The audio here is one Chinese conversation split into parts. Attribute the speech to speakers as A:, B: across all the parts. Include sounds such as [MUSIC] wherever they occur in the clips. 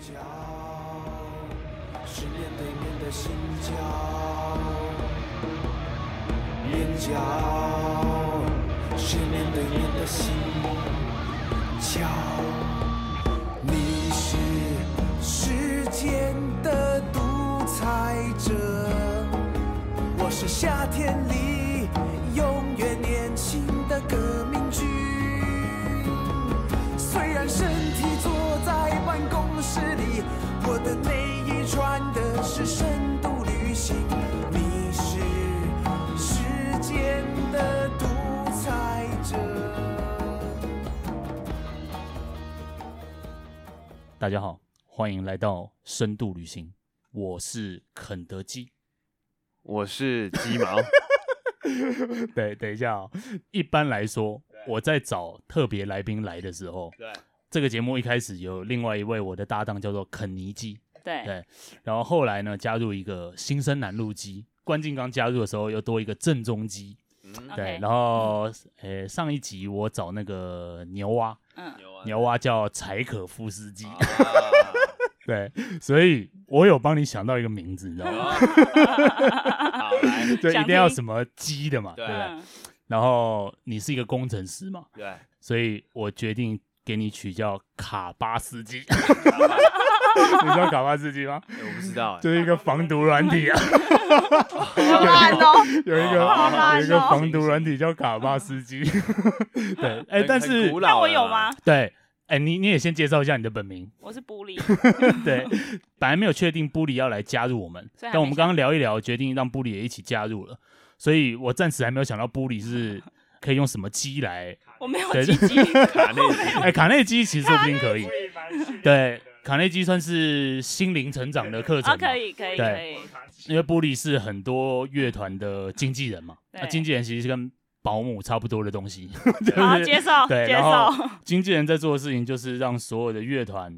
A: 角，是面对面的心交，眼角是面对面的心交。你是时间的独裁者，我是夏天里永远年轻的革命军。虽然身体坐在办公室里，我的内衣穿的是深度旅行。你是时间的独裁者。
B: 大家好，欢迎来到深度旅行，我是肯德
C: [LAUGHS]
B: 基。
D: 我是鸡
B: [LAUGHS]
D: 毛，
B: 对，等一下哦。一般来说，我在找特别来宾来的时候，
D: 对，
B: 这个节目一开始有另外一位我的搭档叫做肯尼基，
C: 对，
B: 对，然后后来呢加入一个新生南路基，关敬刚加入的时候又多一个正中基，
D: 嗯，
B: 对
C: OK，
B: 然后呃上一集我找那个牛蛙，
C: 嗯，
D: 牛啊，
B: 牛蛙叫柴可夫斯基，
D: 啊，
C: 哦
B: 对，所以我有帮你想到一个名字，你知道
D: 牛
B: 吗？
D: 啊，好来，
B: 就一
C: 想
B: 定要
C: 听
B: 什么鸡的嘛，对
D: 对
B: 不对？
C: 嗯，
B: 然后你是一个工程师嘛，
D: 对，
B: 所以我决定给你取叫卡巴斯基。
D: 好吧
B: 你知道卡巴斯基吗？
D: 哎我不知道，哎
B: 就是一个防毒软体啊，
C: 好
D: [LAUGHS]
C: 烂哦，
B: 有一个、
C: 好烂哦
B: 有一个防毒软体叫卡巴斯基。对，哎、
D: 欸很
B: 但是
D: 很古
C: 那
D: 老
C: 我
D: 了
C: 有吗？？
B: 对，哎、你你也先介绍一下你的本名。
C: 我是玻璃，
B: 对，本来没有确定布里要来加入我们，
C: 所以还没
B: 但我们刚刚聊一聊，决定让布里也一起加入了，所以我暂时还没有想到布里是可以用什么鸡来。
C: 我没有
B: 对
C: 鸡鸡，
D: 卡内基，
B: [LAUGHS] 哎、卡内基其实说不定可以。对，卡内基算是心灵成长的课程
C: [LAUGHS] 啊，
B: 嘛，
C: 可以，可
B: 对
C: 以，可以，
B: 因为布里是很多乐团的经纪人嘛，
C: 对
B: 那经纪人其实是跟保姆差不多的东西， [LAUGHS]
C: 好，
B: [LAUGHS] 就是
C: 接受，
B: 对
C: 接
B: 然后
C: 受，
B: 经纪人在做的事情就是让所有的乐团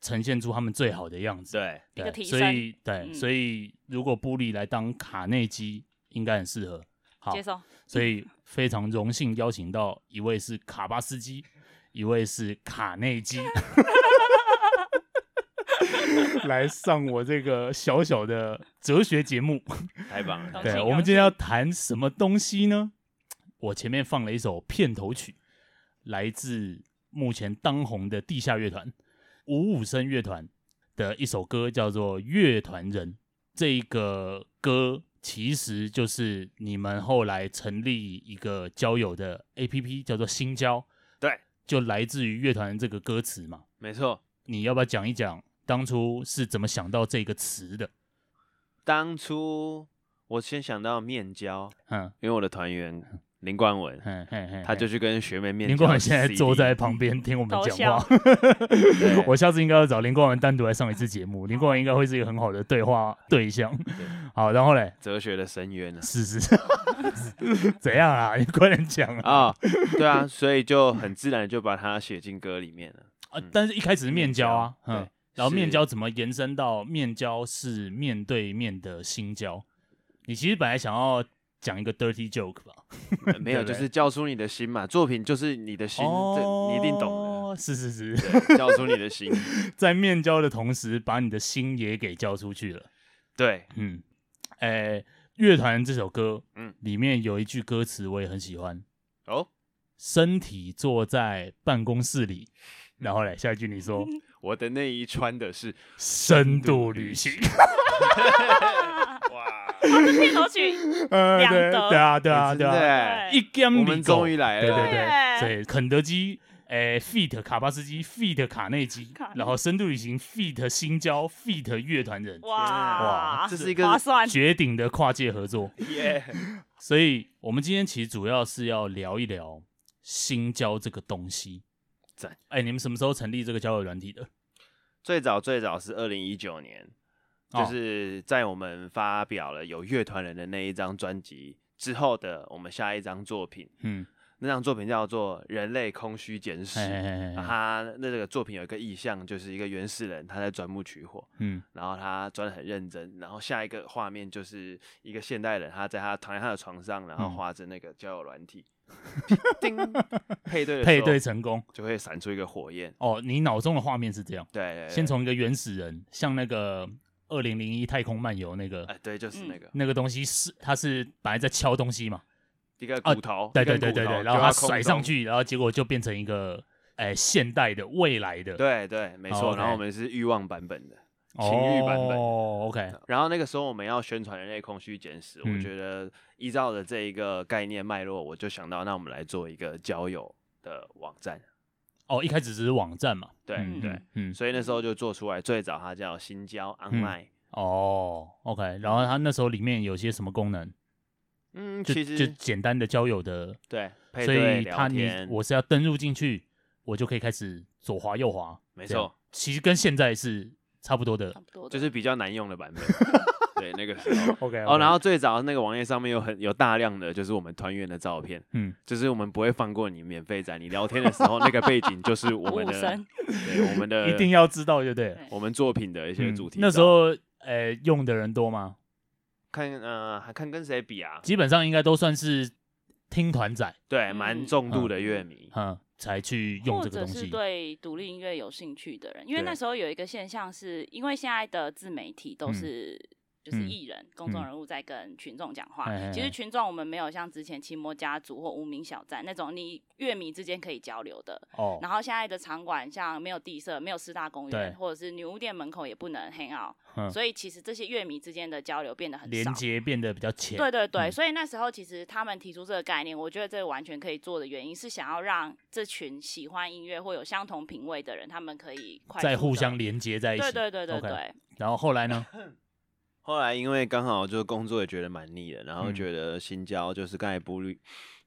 B: 呈现出他们最好的样子。
D: 对，
C: 一
B: 对，
C: 个提
B: 所
C: 升
B: 以对，
C: 嗯
B: 所以如果布里来当卡内基，应该很适合。好
C: 接，受，
B: 所以非常荣幸邀请到一位是卡巴斯基，一位是卡内基，来上我这个小小的哲学节目。
D: 太棒了，
C: 好
B: 对，
C: 请
B: 我
C: 了
B: 们今天要谈什么东西呢？我前面放了一首片头曲，来自目前当红的地下乐团五五声乐团的一首歌，叫做《乐团人》。这个歌其实就是你们后来成立一个交友的 APP，叫做新交，
D: 对，
B: 就来自于《乐团人》这个歌词嘛。
D: 没错。
B: 你要不要讲一讲当初是怎么想到这个词的？
D: 当初我先想到面交，
B: 嗯
D: 因为我的团员林冠文，
B: 嗯嗯嗯，
D: 他就去跟学妹面交
B: 林
D: CD。
B: 冠文现在坐在旁边听我们
C: 搞
B: 讲话
C: 笑，
D: [LAUGHS] 对
B: 我下次应该要找林冠文单独来上一次节目，林冠文应该会是一个很好的对话对象。 [LAUGHS] 好，然后嘞，
D: 哲学的深渊呢。
B: 是
D: [LAUGHS]
B: 是是，怎样啊？你快点讲啊！
D: 啊，对啊，所以就很自然地就把它写进歌里面了。
B: 啊
D: 嗯
B: 但是一开始是面交啊，
D: 面交
B: 嗯
D: 对，
B: 然后
D: 是
B: 面交怎么延伸到面交是面对面的心交？你其实本来想要讲一个 dirty joke 吧？ [LAUGHS]
D: 呃没有，
B: 对
D: 就
B: 不对
D: 是叫出你的心嘛，作品就是你的心，这你一定懂
B: 哦，是是是，
D: 的。
B: [LAUGHS]
D: 对，叫出你的心，
B: 在面交的同时，把你的心也给交出去了。
D: 对，
B: 嗯，诶，《乐团》这首歌，嗯
D: 嗯，
B: 里面有一句歌词我也很喜欢，
D: 哦，
B: 身体坐在办公室里，然后嘞，下一句你说
D: 我的内衣穿的是，
B: 深度旅行，
D: [LAUGHS] 哇，啊
C: 片头曲，
B: 呃， [LAUGHS]
C: 两
B: 对
C: 德
B: 对啊，对啊，
D: 哎
B: 对
D: 真的
B: 啊，
D: 哎，
C: 对
B: 一 g a
D: 我们终于来
B: 对对
D: 了，
B: 对，
C: 对
B: 所以肯德基。诶 f e a t 卡巴斯基，feat 卡内基
C: 卡，内
B: 然后深度旅行，feat 新交，feat 乐团人，
C: 哇
B: 哇，
D: 这是一个
C: 划算，
B: 绝顶的跨界合作。
D: [LAUGHS] 耶，
B: 所以，我们今天其实主要是要聊一聊新交这个东西。
D: 赞！
B: 哎、你们什么时候成立这个交友软体的？
D: 最早最早是二零一九年，
B: 哦
D: 就是在我们发表了有乐团人的那一张专辑之后的我们下一张作品，
B: 嗯，
D: 那张作品叫做《人类空虚简史
B: [LAUGHS] 嘿》。
D: 啊
B: 嘿嘿嘿，
D: 他那个作品有一个意象，就是一个原始人他在钻木取火，
B: 嗯
D: 然后他钻的很认真，然后下一个画面就是一个现代人，他在他躺在他的床上，然后
B: 嗯
D: 划着那个交友软体，叮，配对的时候
B: 配对成功
D: 就会闪出一个火焰，
B: 哦，你脑中的画面是这样，
D: 对对对
B: 先从一个原始人，像那个二零零一太空漫游那个
D: 哎、对，就是那个、
B: 那个东西是，它是本来在敲东西嘛，
D: 一个
B: 啊
D: 骨头，
B: 对
D: 哦一根
B: 对对对
D: 骨头
B: 对，然后
D: 丢到
B: 他
D: 空
B: 甩上
D: 中，
B: 去，然后结果就变成一个哎现代的未来的
D: 对对，没
B: 哦
D: 错。
B: ，OK
D: 然后我们是欲望版本的，
B: 哦
D: 情欲版本
B: ，OK，
D: 然后那个时候我们要宣传人类空虚简史，
B: 嗯
D: 我觉得依照的这一个概念脉络，我就想到，那我们来做一个交友的网站。
B: 哦，一开始只是网站嘛，
D: 对
B: 嗯
D: 对，
B: 嗯，
D: 所以那时候就做出来，最早它叫新交 Online。
B: 哦，OK，然后它那时候里面有些什么功能？
D: 嗯，
B: 就
D: 其
B: 就
D: 实
B: 简单的交友的，
D: 对，配
B: 所
D: 对
B: 以
D: 聊
B: 它你
D: 天，
B: 我是要登入进去，我就可以开始左滑右滑，
D: 没
B: 这样
D: 错，
B: 其实跟现在是差不多的
C: 差。不多的
D: 就是比较难用的版
B: [LAUGHS]
D: 本。对，那个时候。
B: OK，
D: 哦，然后最早那个网页上面有很有大量的就是我们团员的照片，
B: 嗯，
D: 就是我们不会放过你免费仔，你聊天的时候那个背
B: [LAUGHS]
D: 景就是我们
C: 五五
D: 的
C: 身，，
D: 对我们的
B: 一定要知道就对了。
D: 我们作品的一些
B: 嗯
D: 主题照。哦
B: 那时候呃用的人多吗？
D: 看呃还看跟谁比啊？
B: 基本上应该都算是听团仔，
D: 对，
C: 嗯
D: 蛮重度的乐迷。
B: 嗯，才去用
C: 或
B: 这个
C: 者
B: 东
C: 是
B: 西。
C: 对独立音乐有兴趣的人，因为
D: 对
C: 那时候有一个现象是，因为现在的自媒体都
B: 嗯
C: 是。就是
B: 嗯
C: 艺人、公众
B: 嗯
C: 人物在跟群众讲话。
B: 哎哎哎
C: 其实群众我们没有像之前《奇摩家族》或《无名小站》那种你乐迷之间可以交流的。
B: 哦，
C: 然后现在的场馆像没有地设、没有四大公
B: 对
C: 园，或者是女巫店门口也不能 hang out，、
B: 嗯
C: 所以其实这些乐迷之间的交流变得很少。
B: 连接变得比较浅。
C: 对对对，
B: 嗯
C: 所以那时候其实他们提出这个概念，我觉得这个完全可以做的原因是想要让这群喜欢音乐或有相同品味的人，他们可以快速
B: 再
C: 地
B: 互相连接在一起。
C: 对对对对
B: OK
C: 对，
B: 然后后来呢？
D: 后来因为刚好就工作也觉得蛮腻的，然后
B: 嗯
D: 觉得新交就是刚才不律，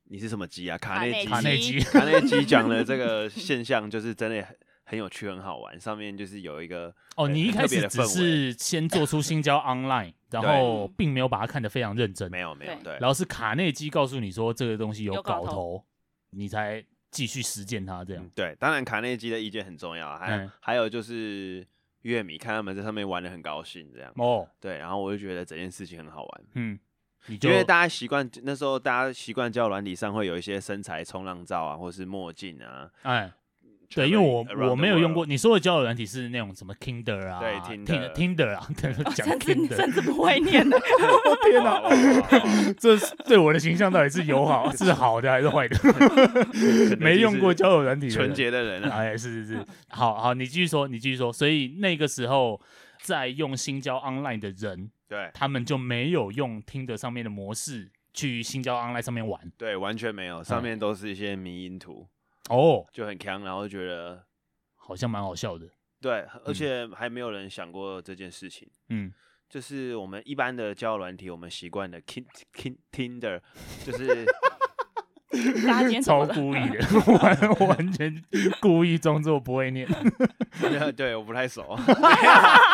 D: 你是什么鸡啊？卡内基，
B: 卡内基
C: [LAUGHS]
D: 卡内基讲的 [LAUGHS] 这个现象就是真的很很有趣，很好玩。上面就是有一个
B: 哦，
D: 呃
B: 你一
D: 很
B: 开
D: 特别
B: 始
D: 的
B: 只
D: 氛围，
B: 是先做出新交 [LAUGHS] online，然后并没有把它看得非常认真，
D: 没有没有
C: 对
D: 对，
B: 然后是卡内基告诉你说这个东西有
C: 有搞
B: 搞
C: 头
B: 头，你才继续实践它这样
D: 嗯。对，当然卡内基的意见很重要，啊还有
B: 嗯
D: 还有就是乐迷看他们在上面玩的很高兴这样，
B: 哦，
D: 对，然后我就觉得整件事情很好玩。
B: 嗯，你就
D: 因为大家习惯那时候，大家习惯叫软体上会有一些身材冲浪照啊，或是墨镜啊。
B: 哎，对，
D: traveling
B: 因为我
D: around the
B: 我没有用过
D: world
B: 你说的交友软体是那种什么 Kinder 啊，
D: 对
B: ，Tinder
D: ，Tinder
B: Tinder 啊，讲
C: 甚至
B: Tinder，
C: 甚至不会念的，
B: [LAUGHS] 天
D: [LAUGHS] 哇哇
B: 哪，
D: 哇哇
B: 这是对我的形象到底是友好是好的还是
D: [LAUGHS]
B: 坏的？
D: 能
B: 没用过
D: 就是
B: 交友软体的人，
D: 纯洁的人
B: [LAUGHS]
D: 啊，
B: 哎，是是是，好好，你继续说，你继续说。所以那个时候在用新交 online 的人，
D: 对
B: 他们就没有用听的上面的模式去新交 online 上面玩
D: 对，完全
B: 嗯
D: 没有，上面都是一些迷因图，
B: 哦，
D: 就很强，然后觉得
B: 好像蛮好笑的。
D: 对，而且还没有人想过这件事情。
B: 嗯，
D: 就是我们一般的交友软体，我们习惯的 Kin Kin Tinder，就是 [LAUGHS]
C: 大家今天怎
B: 超
C: 么了
B: 故
C: [LAUGHS]
B: 意的，完 [LAUGHS] 完全故意装作不会念。
D: 对，我不太熟， [LAUGHS]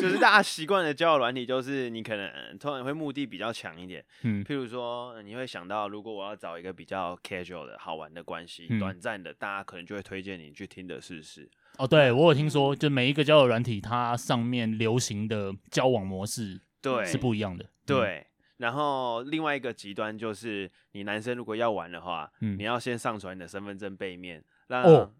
D: 就是大家习惯的交友软体，就是你可能通常会目的比较强一点，
B: 嗯
D: 譬如说，呃你会想到，如果我要找一个比较 casual 的好玩的关系，
B: 嗯
D: 短暂的，大家可能就会推荐你去听的试试。
B: 哦，对我有听说，就每一个交友软体，它上面流行的交往模式
D: 对，
B: 是不一样的。嗯，
D: 对。然后另外一个极端就是，你男生如果要玩的话，
B: 嗯
D: 你要先上传你的身份证背面，让、
B: 哦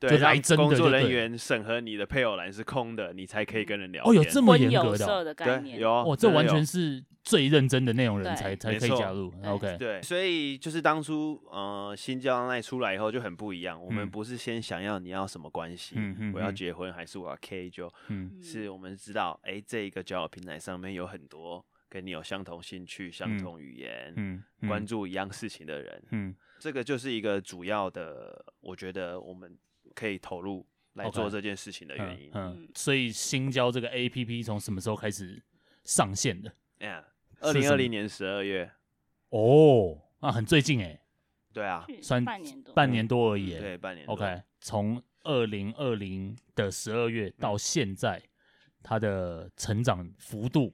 D: 对
B: 就来
D: 让
B: 真的
D: 工
B: 就
D: 作人
B: 对
D: 员审核你的配偶栏是空的，你才可以跟人聊天。
B: 哦，有这么
C: 婚
B: 严
C: 友
B: 格的哦、
C: 社的概
D: 对
C: 念，
D: 有
B: 哦，这
D: 真的
B: 完
D: 有
B: 全是最认真的内容人
C: 对
B: 才才
D: 没
B: 可以
D: 错
B: 加入。
C: 对
B: OK，
D: 对，所以就是当初呃新交那出来以后就很不一样，我们
B: 嗯
D: 不是先想要你要什么关系，
B: 嗯嗯
D: 我要
B: 嗯
D: 结婚还是我要 K 就，
B: 嗯，
C: 嗯
D: 是我们知道，哎、这一个交友平台上面有很多跟你有相同兴趣、相
B: 嗯
D: 同语言、
B: 嗯，
D: 关注一样事情的人，
B: 嗯，
D: 这个就是一个主要的，我觉得我们可以投入来
B: OK
D: 做这件事情的原因
B: 嗯。嗯
C: 嗯，
B: 所以新交这个 A P P 从什么时候开始上线的？
D: 哎，二
B: 是
D: 零
B: 什
D: 二
B: 么
D: 零年十二月，
B: 哦，啊，很最近哎，
D: 对啊，
C: 去
B: 算
C: 半年多，
B: 半年多而已欸。
D: 对，半年多
B: OK，从二零二零的十二月到现在，它的成长幅度，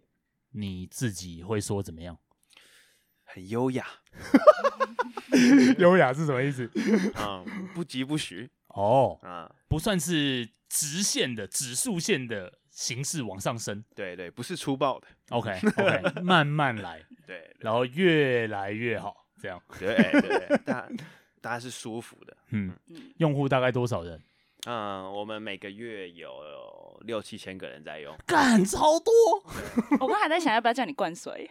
B: 你自己会说怎么样？
D: 很优雅，
B: [LAUGHS] 优雅是什么意思？
D: 啊、不急不徐
B: [LAUGHS] 哦，
D: 啊，
B: 不算是直线的指数线的形式往上升。
D: 对对，不是粗暴的，
B: OK [LAUGHS] OK，慢慢来，
D: 对
B: 然后越来越好，这样。
D: 对对对，
B: [LAUGHS]
D: 大大家是舒服的。
B: 嗯，用户大概多少人？
D: 嗯，我们每个月有六七千个人在用，
B: 干超多
C: 我刚才在想要不要叫你灌水，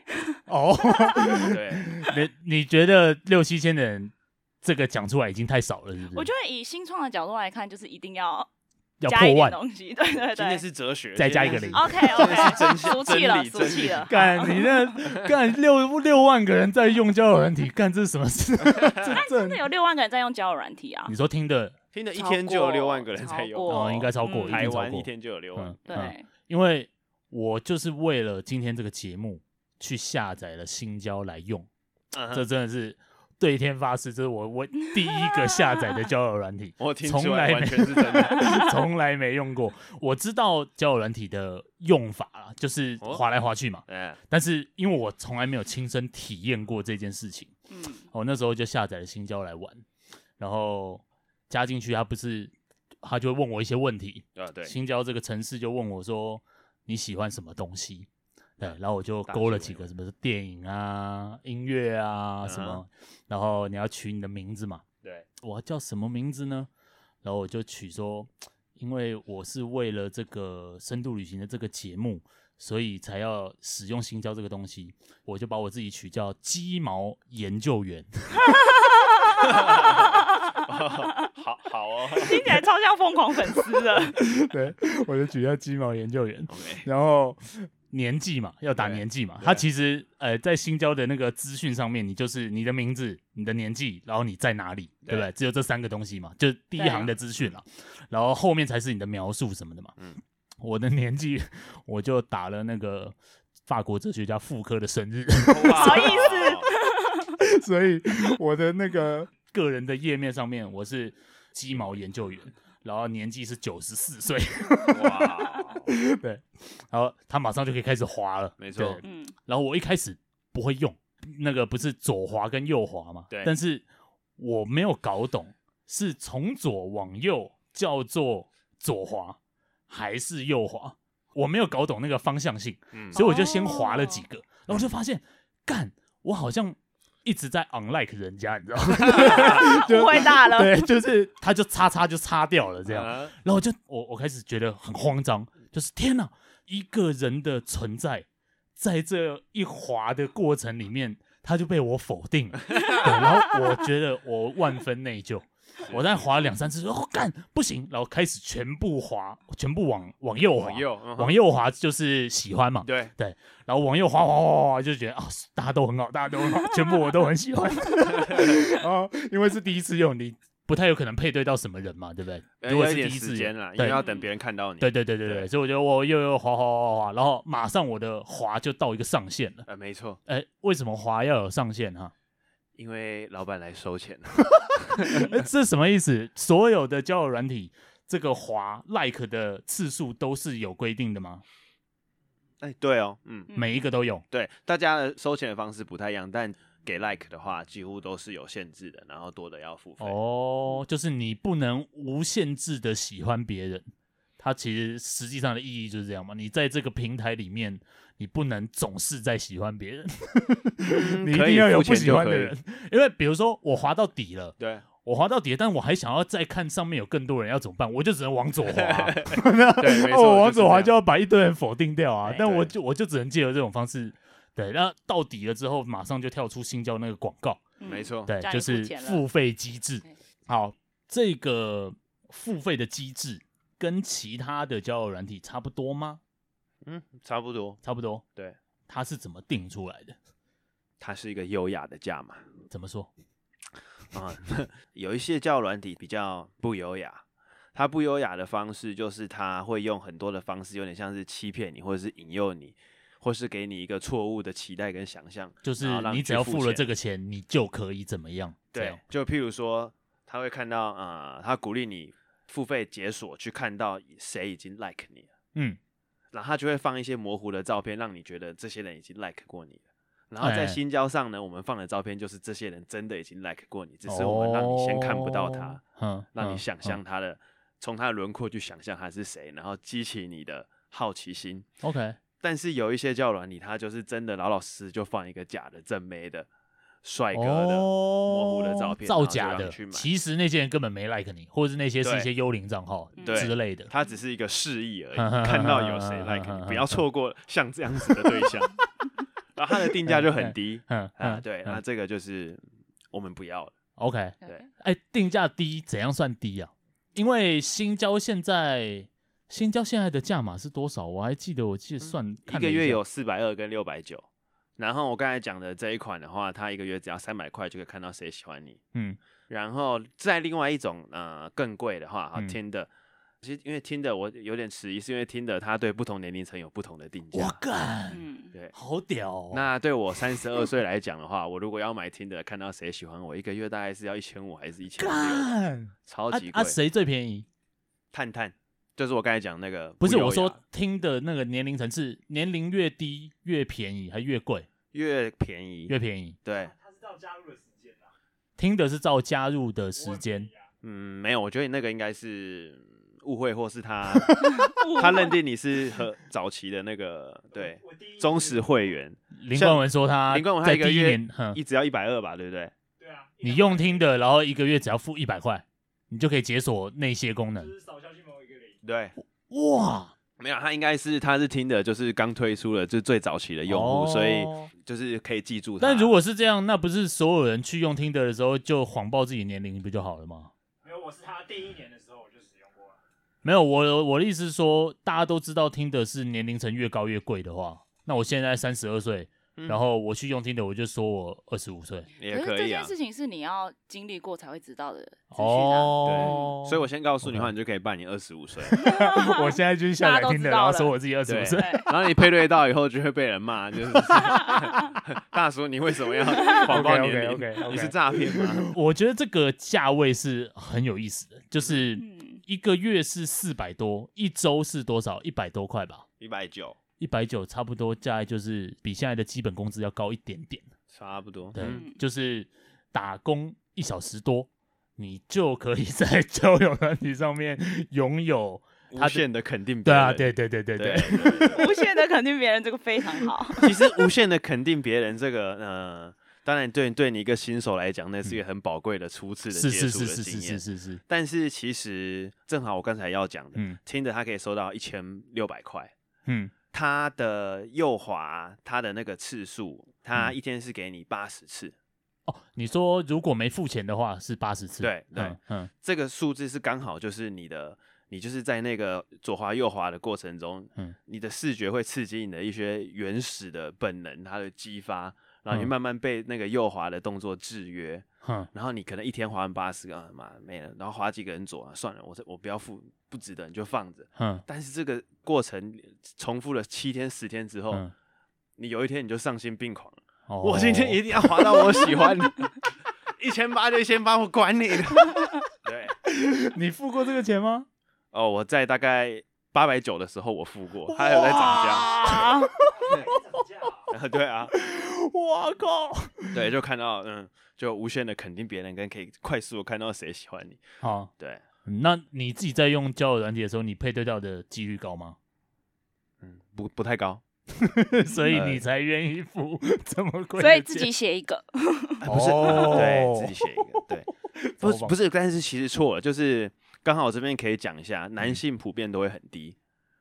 B: 哦。
D: [LAUGHS] 对，
B: [LAUGHS] 你你觉得六七千的人这个讲出来已经太少了，是不是？
C: 我觉得以新创的角度来看，就是一定要
B: [LAUGHS] 要
C: 加
B: 破
C: 一点
B: 万，
C: 东西，对对
D: 今天
C: 对。
D: 是哲学，
B: 再
D: 今
B: 加
D: 天
B: 一个
D: 是
B: 零
C: OK
D: 真的是
C: OK，
D: 真
C: 俗气
D: 真
C: 了，
D: 理
C: 俗
D: 真
C: 气
D: 理
C: 了。
B: 干你
C: [LAUGHS]
B: 那干六六万个人在用交友软体，干这是什么
C: [LAUGHS]
B: 事？这
C: 真的有六万个人在用交友软体啊
B: 你，说听的
D: 听了一
C: 超
D: 天就有
C: 过
D: 六万个人
C: 超
D: 在用，
C: 过
B: 哦，应该超过，
C: 嗯
B: 一
D: 台
B: 定超
D: 湾一
B: 过。
D: 天就有六万
B: 嗯，，
C: 对，
B: 嗯因为我就是为了今天这个节目去下载了新交来用，
D: 嗯哼，
B: 这真的是对天发誓，这是我我第一个下载的交友软体
D: 我听
B: 从
D: 出
B: 来
D: 来完
B: 没
D: 全是真的。
C: [LAUGHS]
B: 从来没用过。我知道交友软体的用法啦，就是
D: 哦
B: 滑来滑去嘛，
D: 嗯，
B: 但是因为我从来没有亲身体验过这件事情，
C: 嗯，
B: 我那时候就下载了新交来玩，然后加进去，他不是他就会问我一些问题，
D: 啊对，
B: 新交这个城市就问我说你喜欢什么东西，对，然后我就
D: 大
B: 勾了
D: 学
B: 几
D: 文
B: 个什么电影啊、音乐
D: 嗯
B: 啊什么，然后你要取你的名字嘛，
D: 对，
B: 我要叫什么名字呢？然后我就取说，因为我是为了这个深度旅行的这个节目，所以才要使用新交这个东西，我就把我自己取叫鸡毛研究员。
D: 哦好好哦
C: 听起来超像疯狂粉丝
D: [LAUGHS]
C: 的。
B: [LAUGHS] 对，我就取叫鸡毛研究员。
D: ，OK，
B: 然后年纪嘛，要打
D: 对
B: 年纪嘛。
D: 对
B: 他其实呃，在新交的那个资讯上面，你就是你的名字、你的年纪，然后你在哪里，对不对？只有这三个东西嘛，就第一
C: 对啊
B: 行的资讯啦，然后后面才是你的描述什么的嘛。
D: 嗯
B: 我的年纪，我就打了那个。法国哲学家傅科的生
D: [LAUGHS]
B: 日，
D: 好
C: 意
D: 思，
B: 所以我的那
D: [LAUGHS]
B: 个个人的页面上面，我是鸡毛研究员，然后年纪是九十四
D: [LAUGHS]
B: 岁，
D: 哇，
B: 然后他马上就可以开始滑了，
D: 没错
B: 对 [LAUGHS]
C: 嗯，
B: 然后我一开始不会用，那个不是左滑跟右滑嘛？
D: 对
B: 但是我没有搞懂，是从左往右叫做左滑，还是右滑？我没有搞懂那个方向性，
D: 嗯，哦
B: 所以我就先滑了几个，然后我就发现，干，我好像一直在 unlike 人家，你知道吗？
C: 误会大了。
B: [LAUGHS] 对，就是他就叉叉就叉掉了这样。
D: 啊
B: 然后我就我我开始觉得很慌张，就是天哪，一个人的存在在这一滑的过程里面，他就被我否定 [LAUGHS] 了，对然后我觉得我万分内疚。我在滑了两三次，说哦干不行，然后开始全部滑，全部往往右滑，
D: 往右，嗯
B: 往右滑就是喜欢嘛，
D: 对，
B: 然后往右滑滑滑滑滑，就觉得啊、大家都很好，大家都很
D: [LAUGHS]
B: 好，全部我都很喜欢。然后因为是第一次用，你不太有可能配对到什么人嘛，对不对？
D: 呃
B: 如果
D: 要
B: 是
D: 一
B: 第
D: 点
B: 一
D: 时
B: 次
D: 间
B: 用
D: 啦，因
B: 对
D: 为要等别人看到你，
B: 对对对对对，
D: 对
B: 所以我觉得我又又滑滑滑滑，然后马上我的滑就到一个上限了。
D: 呃，没错，
B: 哎，为什么滑要有上限啊
D: [LAUGHS]
B: 哈、
D: 因为老板来收钱了， [LAUGHS]
C: 嗯
B: 哎，这什么意思？所有的交友软体，这个滑 like 的次数都是有规定的吗？
D: 哎，对哦，嗯，
C: 嗯
B: 每一个都有。
D: 对，大家的收钱的方式不太一样，但给 like 的话，几乎都是有限制的，然后多的要付费，
B: 哦，就是你不能无限制的喜欢别人，它其实实际上的意义就是这样嘛。你在这个平台里面，你不能总是在喜欢别人，
D: 嗯
B: [LAUGHS] 你一
D: 可
B: 定
D: 以
B: 要有不
D: 付钱
B: 喜
D: 就
B: 欢
D: 可
B: 的
D: 以
B: 人，因为比如说我滑到底了。 [LAUGHS]
D: 对，
B: 我滑到底，但我还想要再看上面有更多人，要怎么办？我就只能往左滑、 [LAUGHS] 啊，
D: 对没错
B: 那我往左滑
D: 就是这样
B: 就要把一堆人否定掉啊
D: 哎。
B: 但我
D: 对
B: 就我就只能借由这种方式，对。那到底了之后，马上就跳出新交那个广告，
C: 嗯
D: 没错，
B: 对
C: 叫，你
B: 就
C: 付
B: 是
C: 钱了哎
B: 付费机制
C: 对。
B: 好，这个付费的机制跟其他的交友软体差不多吗？
D: 嗯，差不多，
B: 差不多。
D: 对，
B: 它是怎么定出来的？
D: 它是一个优雅的价码
B: 怎么说？
D: 啊、 [LAUGHS] 有一些教软体比较不优雅。它不优雅的方式就是它会用很多的方式，有点像是欺骗你，或者是引诱你，或是给你一个错误的期待跟想象，
B: 就是
D: 然后让
B: 你
D: 去
B: 只要付了
D: 钱
B: 这个钱，你就可以怎么样？这
D: 对
B: 样，
D: 就譬如说，他会看到啊、呃他鼓励你付费解锁，去看到谁已经 like 你了，
B: 嗯，
D: 然后他就会放一些模糊的照片，让你觉得这些人已经 like 过你了。然后
B: 哎
D: 在新交上呢，我们放的照片就是这些人真的已经 like 过你，只是我们让你先看不到他，
B: 哦，嗯，
D: 让你
B: 嗯
D: 想象他的，从他的轮廓去想象他是谁，然后激起你的好奇心。
B: 嗯 OK，
D: 但是有一些教软体，它就是真的老老实实就放一个假的正妹的、帅哥的、
B: 哦
D: 模糊的照片，然
B: 造
D: 后就
B: 假
D: 让
B: 的
D: 你去，买。
B: 其实那些人根本没 like 你，或者是那些是一
D: 对
B: 些幽灵账号
C: 嗯
D: 对
B: 之类的。
D: 它只是一个示意
B: [LAUGHS]
D: 而
B: 嗯
D: 已，看到有谁 like 你，不要错过像这样子的对
B: [LAUGHS]
D: 象。然后它的定价就很低
B: 嗯
D: 啊，
B: 嗯，
D: 对，
B: 嗯
D: 那这个就是我们不要了。
B: OK，
D: 对
B: 哎，定价低怎样算低啊？因为新交现在新交现在的价码是多少？我还记得，我记得算、
D: 嗯一
B: 看
D: 个
B: 了
D: 月
B: 下
D: 有四百二跟六百九，然后我刚才讲的这一款的话，它一个月只要三百块就可以看到谁喜欢你。
B: 嗯
D: 然后再另外一种呃更贵的话，哈
B: 嗯
D: 听的，其实因为听的我有点迟疑，是因为听的它对不同年龄层有不同的定
B: 我
D: 价。
B: 干，
C: 嗯，
D: 对，
B: 好屌、哦！
D: 那对我三十二岁来讲的话，我如果要买听的，看到谁喜欢我，一个月大概是要一千五还是一千六，
B: 干
D: 超
B: 啊
D: 级贵
B: 啊，。谁最便宜？
D: 探探就是我刚才讲那个，
B: 不是我说听的那个年龄层次，年龄越低越便宜，还越贵
D: 越便宜
B: 越便宜。
D: 对，
B: 听的是照加入的时间，
D: 嗯，没有，我觉得你那个应该是误会，或是他
C: 误
D: 他
C: 会
D: 认定你是和早期的那个对忠实会员，
B: 林冠文说他
D: 林冠文他
B: 啊在
D: 一个
B: 第一
D: 月
B: 年，哼
D: 一直要一百二吧，对不对？
A: 啊
B: 你用听的，然后一个月只要付一百块，你就可以解锁那些功能。
D: 对，
B: 哇，
D: 没有，他应该是他是听的，就是刚推出的，就是最早期的用户，
B: 哦
D: 所以就是可以记住他。
B: 但如果是这样，那不是所有人去用听的的时候就谎报自己年龄不就好了吗？没有，我是他第一年的时候我就使用过没有，我我的意思是说，大家都知道听的是年龄层越高越贵的话，那我现在三十二岁，
D: 嗯
B: 然后我去用听的，我就说我二十五岁。
D: 也
C: 是
D: 可
C: 这
D: 以
C: 件
D: 啊，
C: 事情是你要经历过才会知道的资讯啊。
B: 哦，
D: 所以我先告诉你
B: OK
D: 的话，你就可以办你二十五岁， [LAUGHS]
C: [LAUGHS]
B: 我我现在就是下载
C: 大家都
B: 听的，
C: 知道
B: 然后
C: 了
B: 说我自己二十
D: 对
B: 五岁。
D: 然后你配对到以后就会被人骂，就是 [LAUGHS] 大叔，你为什么要谎报年
B: OK，OK，OK，OK
D: 龄？你是诈骗
B: [LAUGHS]
D: 吗？
B: 我觉得这个价位是很有意思的，就是
C: 嗯，
B: 一个月是四百多，一周是多少？一百多块吧，
D: 一百九，
B: 一百九差不多，大概就是比现在的基本工资要高一点点。
D: 差不多。
B: 对，
D: 嗯
B: 就是打工一小时多，你就可以在交友软体上面拥有。他
D: 无
B: 的
D: 限的肯定
B: [LAUGHS] 嗯
D: 别
B: 对啊，
D: 人
B: 对对对对对，
D: 对对
C: 无限的肯定别人这个非常
B: [LAUGHS]
C: 好。
D: 对 [LAUGHS] 其实无限的肯定别人这个，呃，当然对对你一个新手来讲，那是一个很宝贵的初次的
B: 是
D: 接
B: 是
D: 触
B: 是
D: 的
B: 是
D: 经
B: 是
D: 验
B: 是。是是，
D: 但是其实正好我刚才要讲的，
B: 嗯
D: 听着它可以收到一千六百块，
B: 嗯
D: 它的右滑，它的那个次数，它
B: 嗯
D: 一天是给你八十次，
B: 哦，你说如果没付钱的话是八十次，
D: 对对
B: 嗯嗯
D: 这个数字是刚好就是你的。你就是在那个左滑右滑的过程中，
B: 嗯
D: 你的视觉会刺激你的一些原始的本能，它的激发，然后
B: 嗯
D: 你慢慢被那个右滑的动作制约，
B: 哼，
D: 然后你可能一天滑完八十个，啊妈没了，然后滑几个人左啊，算了，我这我不要付，不值得，你就放着。
B: 哼
D: 但是这个过程重复了七天十天之后，
B: 嗯，
D: 你有一天你就丧心病狂了，
B: 哦
D: 我今天一定要滑到我喜欢的， [LAUGHS] 一千八就一千八，我管你的。 [LAUGHS] 对，
B: 你付过这个钱吗？
D: 哦，我在大概八百九的时候我付过，它还有在涨价。
C: 啊，
D: [LAUGHS] 对啊，
B: 我靠！
D: 对，就看到嗯，就无限的肯定别人，跟可以快速的看到谁喜欢你。
B: 好，
D: 对，
B: 嗯那你自己在用交友软体的时候，你配对到的几率高吗？
D: 嗯，不不太 [LAUGHS] 高。
B: 所以
D: 呃
B: 你才愿意付这么贵的钱，
C: 所以自己写一个，
B: [LAUGHS]
D: 啊不是，
B: 哦
D: 对自己写一个， [LAUGHS] 对，不
B: 超
D: 是
B: 棒
D: 不是，但是其实错了，就是刚好我这边可以讲一下，男性普遍都会很低，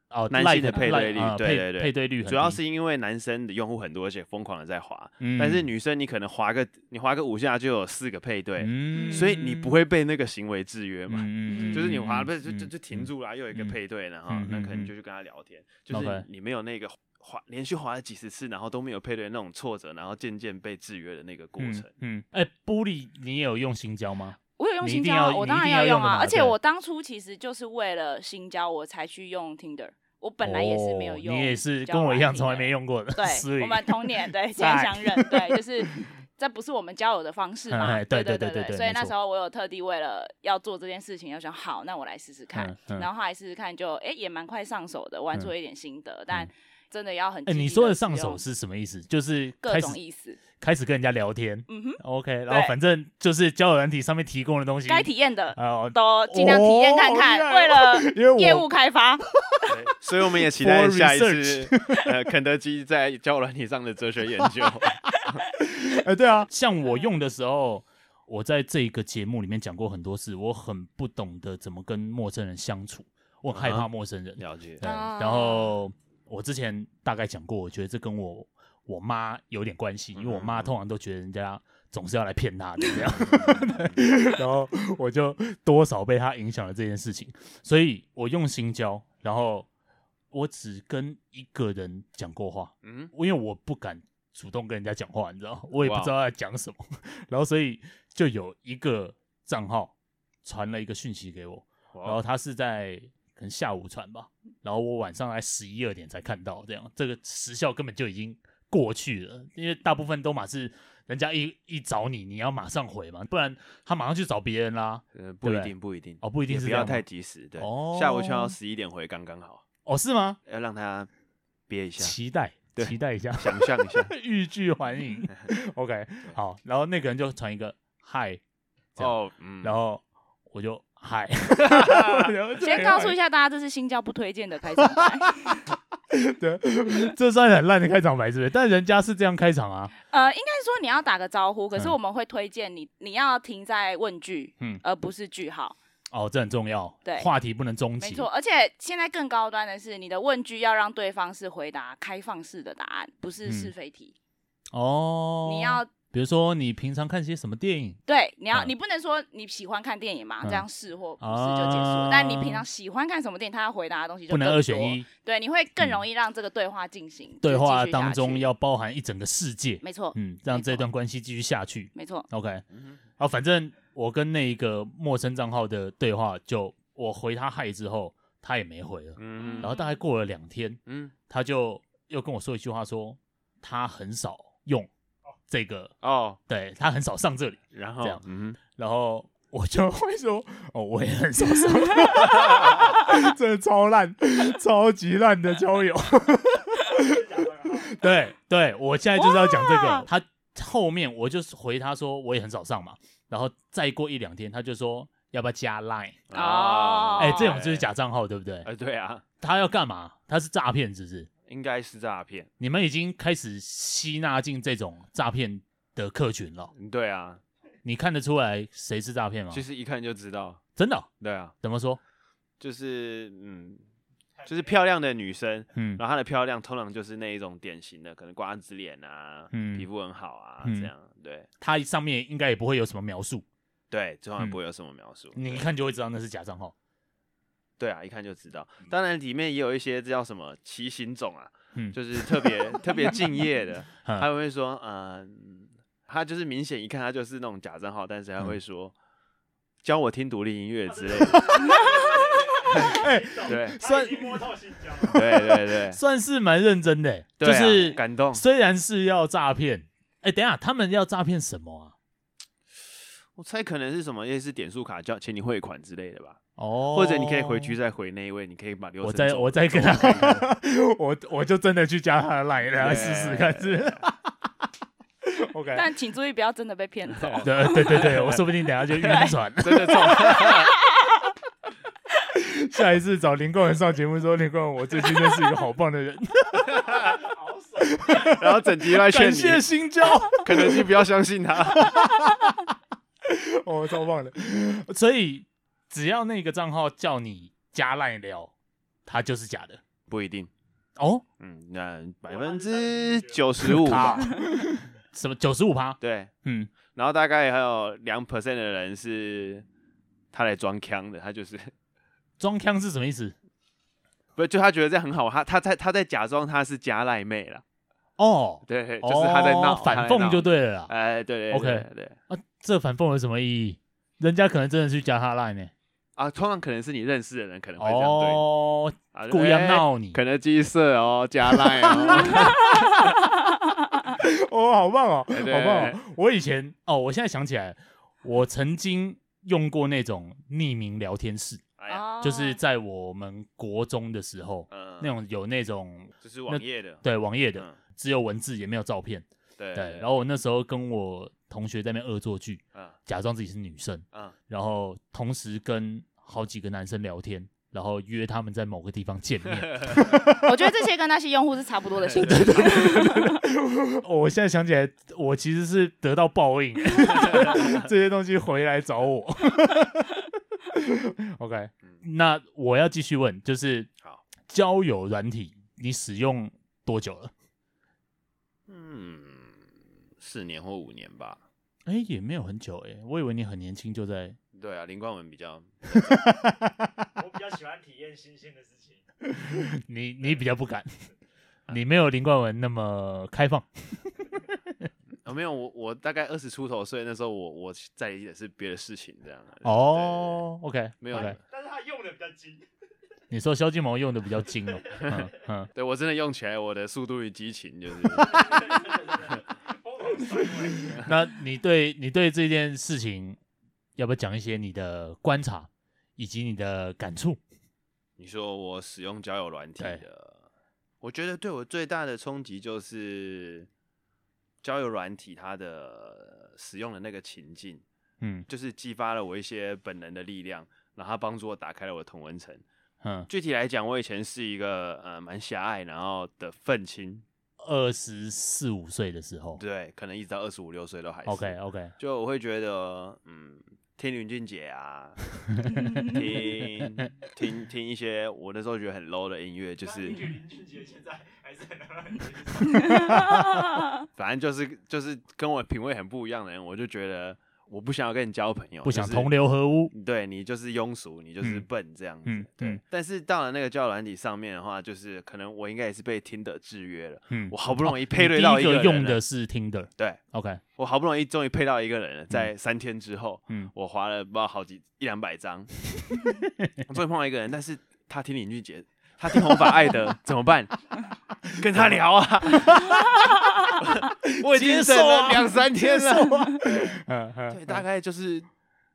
B: 哦，
D: 男
B: Line
D: 性的配对率
B: 啊
D: 对
B: 配
D: 对对
B: 配对率很低
D: 主要是因为男生的用户很多，而且疯狂的在滑，
B: 嗯
D: 但是女生你可能滑个你滑个五下就有四个配对，
B: 嗯
D: 所以你不会被那个行为制约嘛。
B: 嗯
D: 就是你滑
B: 嗯
D: 不就就
B: 嗯
D: 就停住了，又有一个
B: 嗯
D: 配对了哈
B: 嗯，
D: 那
B: 嗯
D: 可能
B: 嗯
D: 就去跟他聊天，就
B: OK
D: 是你没有那个滑连续滑了几十次，然后都没有配对那种挫折，然后渐渐被制约的那个过
B: 嗯
D: 程。
B: 嗯，哎，玻璃，你也有用心交吗？
C: 我有用
B: 你
C: 新
B: 一定
C: 交啊，
B: 要
C: 我
B: 你
C: 当
B: 一
C: 然
B: 定要用
C: 用
B: 的
C: 啊。
B: 嘛
C: 而且
B: 对
C: 我当初其实就是为了新交我才去用 Tinder，我本来也是没有
B: 哦
C: 用，
B: 你也是跟我一样从来没。用过的， [LAUGHS] 所
C: 对，
B: 以
C: 我们同
B: [LAUGHS]
C: 年对，现
B: 在
C: 在相认
B: [LAUGHS]
C: 对，就是这不是我们交友的方式嘛？
B: 哎对
C: 对
B: 对对对
C: 对
B: 对
C: 所以
B: 没
C: 那
B: 错
C: 时候我有特地为了要做这件事情，要想好，那我来试试看
B: 嗯。嗯嗯
C: 然后后来试试看就，诶哎也蛮快上手的，玩出了一点心得，但。真的要很。
B: 哎、你说的上手，是什么意思？就是
C: 各
B: 开
C: 种
B: 始
C: 意思。
B: 开始跟人家聊天
C: 嗯哼，
B: ，OK，然后
C: 对
B: 反正就是交友软体上面提供的东西，
C: 该体验的
B: 啊、
C: 都尽量体验看看，
B: 哦
C: 为
B: 因为
C: 了
B: 我
C: 业务开发。
D: 对所以我们也期待
B: For
D: 下一次呃肯德基在交友软体上的哲学研
B: [LAUGHS]
D: 究。
B: 哎、对啊，像
D: 嗯
B: 我用的时候，我在这个节目里面讲过很多次，我很不懂得怎么跟陌生人相处，我很害
D: 啊
B: 怕
D: 哈
B: 陌生人。
D: 了解
B: 对，
C: 啊
B: 然后我之前大概讲过，我觉得这跟我我妈有点关系，因为我妈
D: 嗯嗯嗯嗯
B: 通常都觉得人家总是要来骗她的这样， [LAUGHS] 对然后我就多少被她影响了这件事情，所以我用心交，然后我只跟一个人讲过话，
D: 嗯，
B: 因为我不敢主动跟人家讲话，你知道，我也不
D: 哇哦
B: 知道他在讲什么， [LAUGHS] 然后所以就有一个账号传了一个讯息给我，然后
D: 哇，哦
B: 他是在可能下午传吧，然后我晚上来十一二点才看到，这样这个时效根本就已经过去了，因为大部分都嘛是人家一一找你，你要马上回嘛，不然他马上去找别人啦。
D: 呃不一
B: 对
D: 定，不一定，
B: 哦不一定
D: 也
B: 是
D: 不
B: 这
D: 要
B: 样吗
D: 太及时，对
B: 哦，
D: 下午敲到十一点回刚刚好，
B: 哦，是吗？
D: 要让他憋一下，
B: 期待，
D: 对
B: 期待一下。 [LAUGHS]
D: 想象一下。
B: 欲拒还
D: [LAUGHS]
B: 迎，OK，好，然后那个人就传一个嗨，这样
D: 哦，嗯，
B: 然后我就
C: [LAUGHS]
B: 嗨，
C: 先告诉一下大家，这是新教不推荐的开场
B: [LAUGHS]
C: 白。
B: 对，这算是很烂的开场白，是不是？但人家是这样开场啊，
C: 呃，应该说你要打个招呼，可是
B: 嗯
C: 我们会推荐你，你要停在问句，
B: 嗯
C: 而不是句号。
B: 哦，这很重要，
C: 对
B: 话题不能终
C: 没
B: 结，
C: 错，而且现在更高端的是，你的问句要让对方是回答开放式的答案，不是
B: 嗯
C: 是非题。
B: 哦，
C: 你要
B: 比如说你平常看些什么电影
C: 对，你要、
B: 嗯
C: 你不能说你喜欢看电影嘛，
B: 嗯
C: 这样是或不是就结束了。
B: 啊
C: 但你平常喜欢看什么电影，他要回答的东西就
B: 不能
C: 更
B: 二选
C: 多，
B: 一，嗯
C: 对，你会更容易让这个对话进行、
B: 对
C: 就是继续
B: 话
C: 下
B: 当中
C: 去
B: 要包含一整个世界，
C: 没错，
B: 嗯，让
C: 没
B: 这
C: 错
B: 段关系继续下去。
C: 没错，
B: OK，
D: 嗯哼
B: 好，反正我跟那一个陌生账号的对话，就我回他嗨之后，他也没回了，
D: 嗯
B: 然后大概过了两天，
D: 嗯，
B: 他就又跟我说一句话说，他很少用这个，
D: 哦，
B: 对他很少上这里。
D: 然
B: 这
D: 后
B: 样，
D: 嗯
B: 然后我就会说，哦，我也很少上， [LAUGHS] 真的超烂，超级烂的交友。 [LAUGHS] 对对，我现在就是要讲这个。他后面我就是回他说我也很少上嘛，然后再过一两天他就说要不要加 Line？
D: 哼，
C: 哦
B: 哎、这种就是假账号，对不对？
D: 啊哎，对啊，
B: 他要干嘛？他是诈骗，是不是？
D: 应该是诈骗，
B: 你们已经开始吸纳进这种诈骗的客群了，
D: 嗯对啊，
B: 你看得出来谁是诈骗吗
D: 其？实一看就知道，
B: 真的哦、
D: 对啊，
B: 怎么说？
D: 就是嗯，就是漂亮的女生，
B: 嗯，
D: 然后她的漂亮通常就是那一种典型的，可能瓜子脸啊，
B: 嗯
D: 皮肤很好啊，
B: 嗯
D: 这样，对
B: 它上面应该也不会有什么描述，
D: 对，通常
B: 嗯
D: 不会有什么描述，
B: 你一看就会知道那是假账号。
D: 对啊，一看就知道。当然里面也有一些这叫什么奇形种啊，
B: 嗯
D: 就是
B: [LAUGHS]
D: 特别特别敬业的，
B: 嗯
D: 他会说，嗯、他就是明显一看他就是那种假账号，但是他
B: 嗯
D: 会说。教我听独立音乐之类
B: [LAUGHS]
D: 的， [LAUGHS] 对
B: 哎算
D: 对对对，
B: 算是蛮认真的欸、
D: 对啊
B: 就是
D: 感动
B: 虽然是要诈骗，哎、等一下他们要诈骗什么啊？
D: 我猜可能是什么类似点数卡叫请你汇款之类的吧，
B: 哦，
D: 或者你可以回去。再回那一位，你可以把流程
B: 我再
D: 走
B: 我再跟他，我我就真的去加他的 line 来
D: 对
B: 试试看，是不
D: [LAUGHS]
B: 是 [LAUGHS] OK。
C: 但请注意不要真的被骗
B: [LAUGHS]
C: 走。
B: 对对对对，我说不定等一下就晕船。
D: 真的中， [LAUGHS]
B: 下一次找林冠文上节目说，林冠文，我最近认识一个好棒的人，
D: 然后整集都在劝
B: [LAUGHS] 感
D: 你，
B: 谢新交。
D: 肯德基不要相信他。
B: [LAUGHS] 哦，超棒的。所以只要那个账号叫你加赖聊，它就是假的。
D: 不一定，
B: 哦，
D: 嗯，那百分之九
B: [LAUGHS]
D: 十五吧
B: 啊，什么九十五趴？
D: 对，
B: 嗯，
D: 然后大概还有两 percent 的人是他来装腔的，他就是
B: 装腔是什么意思？
D: 不是就他觉得这样很好，他他在他在假装他是加赖妹啦，
B: 哦，
D: 对，就是他在闹
B: 哦反
D: 他在
B: 讽
D: 闹
B: 就对了啦。
D: 哎，对对
B: OK
D: 对对对
B: 啊，这反讽有什么意义？人家可能真的去加他赖呢。
D: 啊，通常可能是你认识的人可能会这样对你。
B: 哦，
D: 啊
B: 故意要闹你
D: 哎肯德基社哦，
B: [LAUGHS]
D: 加赖哦，
B: 哦，好棒哦，
D: 哎对
B: 好棒哦！我以前哦，我现在想起来，我曾经用过那种匿名聊天室，
C: 哦
D: 哎呀，
B: 就是在我们国中的时候，
D: 嗯
B: 那种有那种
D: 就是网页的，
B: 对网页的，
D: 嗯，
B: 只有文字也没有照片。
D: 对
B: 对，然后我那时候跟我同学在那边恶作剧，
D: 嗯
B: 假装自己是女生，
D: 嗯
B: 然后同时跟好几个男生聊天，然后约他们在某个地方见
D: [LAUGHS]
B: 面。
C: 我觉得这些跟那些用户是差不多的性质。
B: [LAUGHS] 哦我现在想起来，我其实是得到报应，这些东西回来找我。OK，那
D: 嗯
B: 我要继续问，就是
D: 好
B: 交友软体你使用多久了？
D: 嗯，四年或五年吧。
B: 哎，也没有很久哎，我以为你很年轻就在。
D: 对啊，林冠文比较
E: 我比较喜欢体验新鲜的事情。
B: [LAUGHS] 你你比较 [LAUGHS] 不敢，你没有林冠文那么开放。
D: 哦，没有我，我大概二十出头岁那时候我，我在意的是别的事情，这样。啊
B: 哦，OK，
D: 没有啊
B: OK
E: 但是他用的比较
B: [LAUGHS]
E: 精，
B: 你说萧敬腾用的比较精
D: [LAUGHS]
B: 哦，嗯嗯
D: 对，对对我真的用起来，我的速度与激情就是 [LAUGHS]
E: 疯狂甩尾。
D: [LAUGHS]
B: 那你对你对这件事情，要不要讲一些你的观察以及你的感触？
D: 你说我使用交友软体
B: 对
D: 的，我觉得对我最大的冲击就是交友软体它的使用的那个情境，
B: 嗯
D: 就是激发了我一些本能的力量，然后它帮助我打开了我的同文层。
B: 嗯，
D: 具体来讲，我以前是一个呃蛮狭隘，然后的愤青，
B: 二十四五岁的时候
D: 对，哦可能一直到二十五六岁都还是。
B: ，OK OK，
D: 就我会觉得，嗯，听林俊杰
B: [LAUGHS]
D: 啊，听听听一些我那时候觉得很 low 的音乐，就
E: 那
D: 是
E: 林俊林俊杰现在还是很很
D: 反正就是就是跟我品味很不一样的人，我就觉得我不想要跟你交朋友，
B: 不想
D: 就是
B: 同流合污。
D: 对你就是庸俗，你就是
B: 嗯
D: 笨这样子。
B: 嗯
D: 对
B: 嗯，
D: 但是到了那个交友软体上面的话，就是可能我应该也是被听的制约了。
B: 嗯
D: 我好不容易
B: 你
D: 配对到
B: 第一
D: 个
B: 个
D: 人啊
B: 用
D: 了
B: 的是听的
D: 对
B: ，OK，
D: 我好不容易终于配到一个人了，在三天之后，
B: 嗯
D: 我划了不知道好几一两
B: [LAUGHS]
D: 百张，我终于碰到一个人，但是他听林俊杰，他听红发爱
B: [LAUGHS]
D: 的怎么办？跟他聊啊， [LAUGHS] 我已经
B: 接
D: 等
B: 受啊
D: 了两
B: [LAUGHS]
D: 三天了， [LAUGHS]
B: 嗯嗯
D: 对，大概就是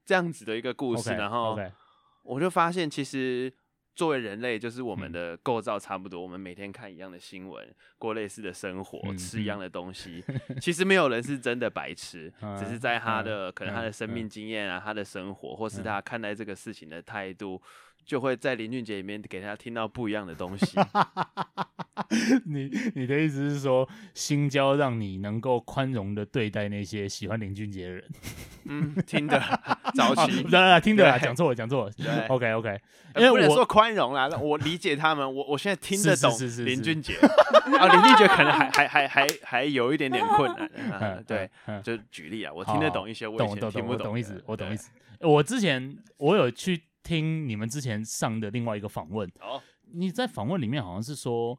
D: 这样子的一个故事。
B: ，OK，
D: 然后
B: OK， [LAUGHS]
D: 我就发现，其实作为人类，就是我们的构造差不多，我们每天看一样的新闻，过类似的生活，
B: 嗯
D: 吃一样的东西。 [LAUGHS] 其实没有人是真的白痴，
B: 嗯
D: 只是在他的、
B: 嗯
D: 可能他的生命经验啊，他的生活，或是他看待这个事情的态度。就会在林俊杰里面给他听到不一样的东西，
B: 你你的意思是说，新交让你能够宽容的对待那些喜欢林俊杰的
D: [LAUGHS]
B: 人？ [LAUGHS]
D: 嗯，听 [LAUGHS] 的早期
B: 啊，啦啦听的啦，
D: 对
B: 讲错了，讲错了。
D: 对
B: OK OK，因
D: 呃
B: 为
D: 不能
B: 我
D: 说宽容啦，我理解他们，我我现在听得
B: 是是
D: 懂
B: 是是
D: 林
B: 是
D: 俊杰啊，林俊杰可能还还还还还有一点点困
B: [LAUGHS]
D: 难，啊
B: 嗯
D: 对，
B: 嗯
D: 就举例啊，我
B: 我
D: 听得懂一些，我以
B: 懂
D: 前
B: 懂
D: 听
B: 懂，
D: 不
B: 我懂
D: 的
B: 意思，我懂意。
D: 对
B: 思。我之前我有去听你们之前上的另外一个访问，
D: 好，
B: 你在访问里面好像是说，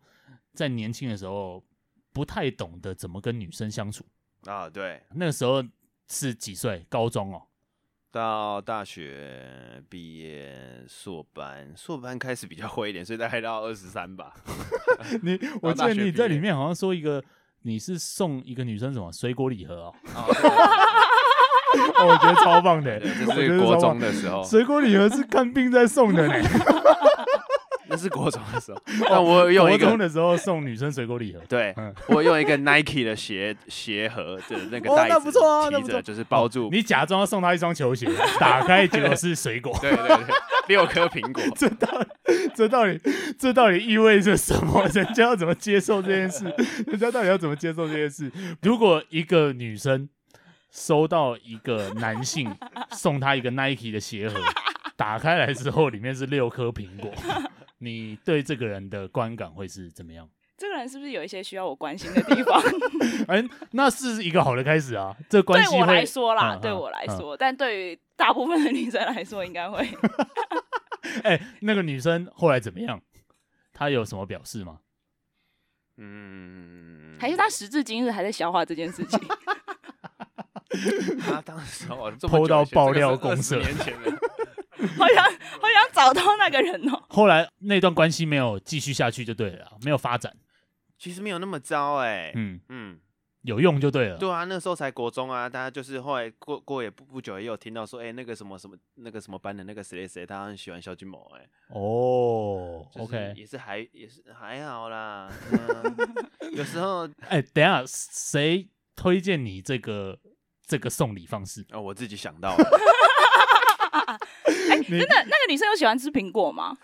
B: 在年轻的时候不太懂得怎么跟女生相处，
D: 啊，对，
B: 那个时候是几岁？高中
D: [LAUGHS]
B: 哦。
D: 到大学毕业，硕班，硕班开始比较会一点，所以大概到二十三吧。
B: 你我
D: 我
B: 记
D: 大
B: 得
D: 学
B: 你
D: 毕
B: 在
D: 业
B: 里面好像说一个，你是送一个女生什么水果礼盒哦，
D: 哦对
B: [LAUGHS] 哦我觉得超棒的，
D: [LAUGHS] 对对
B: 我
D: 这
B: 觉
D: 是
B: 得
D: 国
B: 超棒
D: 中的时哦候，
B: 水果礼盒是看病在送
D: [LAUGHS]
B: 的呢。
D: 那是国中
B: [LAUGHS]
D: 的时候。但我有一
B: 哦国中
D: 个，
B: 的时候送女生水果礼盒，
D: 对
B: 嗯
D: 我用一个 Nike 的鞋鞋盒的那个
B: 哦
D: 袋
B: 那
D: 子
B: 不错啊那
D: 提
B: 不
D: 着
B: 错
D: 就是包住，
B: 你假装要送她一双球 [LAUGHS] 鞋，打开结果是水果
D: 对对对， [LAUGHS] 六颗苹果。
B: 这到 [LAUGHS] 这到底这到底意味着什么？人家要怎么接受这件 [LAUGHS] 事？人家到底要怎么接受这件事？如果一个女生收到一个男 [LAUGHS] 性送她一个 Nike 的鞋盒，打开来之后里面是六颗苹 [LAUGHS] 果，你对这个人的观感会是怎么样？
C: [LAUGHS] 这个人是不是有一些需要我关心的地
B: [LAUGHS]
C: 方？
B: 哎，那是一个好的开始啊，这关
C: 对
B: 系
C: 我
B: 会
C: 来说啦，
B: 嗯
C: 对
B: 嗯
C: 我来
B: 嗯
C: 说，但对于大部分的女生来说，应
B: [LAUGHS]
C: 该会
B: 哎、那个女生后来怎么样？她有什么表示吗？
D: 嗯，
C: 还是她时至今日还在消化这件事情。 [LAUGHS]
D: 嗯他当时我这么
B: 偷
D: 久
B: 到
D: 以前
B: 爆
D: 这个
B: 料
D: 是
B: 公
D: 20
B: 社
D: 年前了，
C: 好想好想找到那个人
B: [LAUGHS]
C: 哦。
B: 后来那段关系没有继续下去就对了啊，没有发展，
D: [LAUGHS] 其实没有那么糟哎、嗯
B: 嗯，有用就对了。
D: 对啊，那时候才国中啊，大家就是后来过过也不不久，也有听到说，哎、那个什么什么那个什么班的那个谁谁谁，他很喜欢萧敬某哎、
B: 哦，
D: 就是
B: OK
D: 也是还也是还好啦。
B: [LAUGHS]
D: 嗯有时候
B: 哎，等一下谁推荐你这个这个送礼方式？
D: 哦，我自己想到的，
C: 真的，哎那个女生有喜欢吃苹果吗？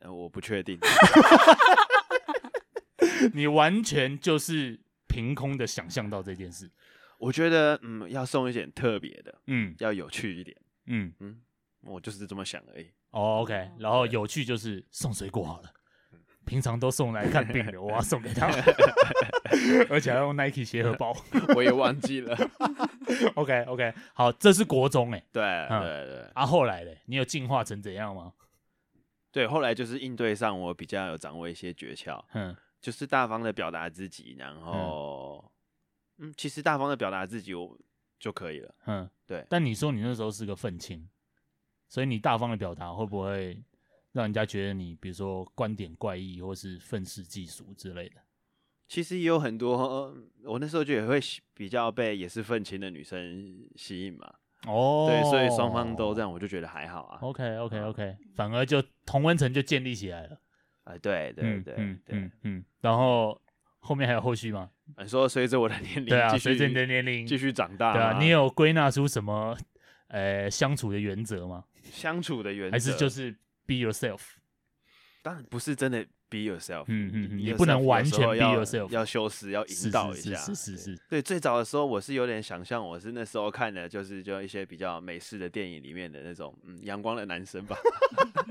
D: 呃我不确定。
B: [LAUGHS] 你完全就是凭空的想象到这件事。
D: 我觉得嗯，要送一点特别的，
B: 嗯
D: 要有趣一点。
B: 嗯、
D: 嗯，我就是这么想而已。
B: 哦、，OK。然嗯后有趣就是送水果好了，平常都送来看病的，我要送给 [LAUGHS] 他，而且还用 Nike 鞋盒包。
D: [LAUGHS]
B: [LAUGHS]
D: 我也忘记了。
B: OK OK，好，这是国中哎、
D: 对
B: 嗯
D: 对对
B: 啊，后来嘞，你有进化成怎样吗？
D: 对，后来就是应对上，我比较有掌握一些诀窍，
B: 嗯
D: 就是大方的表达自己，然后嗯其实大方的表达自己我就可以了。
B: 嗯，
D: 对
B: 但你说你那时候是个愤青，所以你大方的表达会不会让人家觉得你，比如说观点怪异或是愤世嫉俗之类的？
D: 其实也有很多，呃我那时候就也会喜比较被也是愤青的女生吸引嘛，
B: 哦，
D: 对，所以双方都这样，我就觉得还好啊，啊、
B: OK OK OK，反而就同温层就建立起来了。
D: 呃对对
B: 嗯
D: 对、
B: 嗯
D: 对，
B: 嗯嗯，然后后面还有后续吗？
D: 你说随着我的年龄，
B: 对啊，
D: 继
B: 随着
D: 续
B: 你的年龄，
D: 继续长大嘛，
B: 对啊，你有归纳出什么呃相处的原则吗？
D: 相处的原则，
B: 还是就是 be yourself？
D: 当然不是真的 be yourself，
B: 嗯嗯嗯
D: be
B: 也不能
D: yourself
B: 完全
D: 有时候
B: be yourself
D: 要要修饰，要
B: 是
D: 引导一
B: 是
D: 下，
B: 是是是是，
D: 对，最早的时候我是有点想象，我是那时候看的，就是就一些比较美式的电影里面的那种，嗯，阳光的男生吧， [LAUGHS]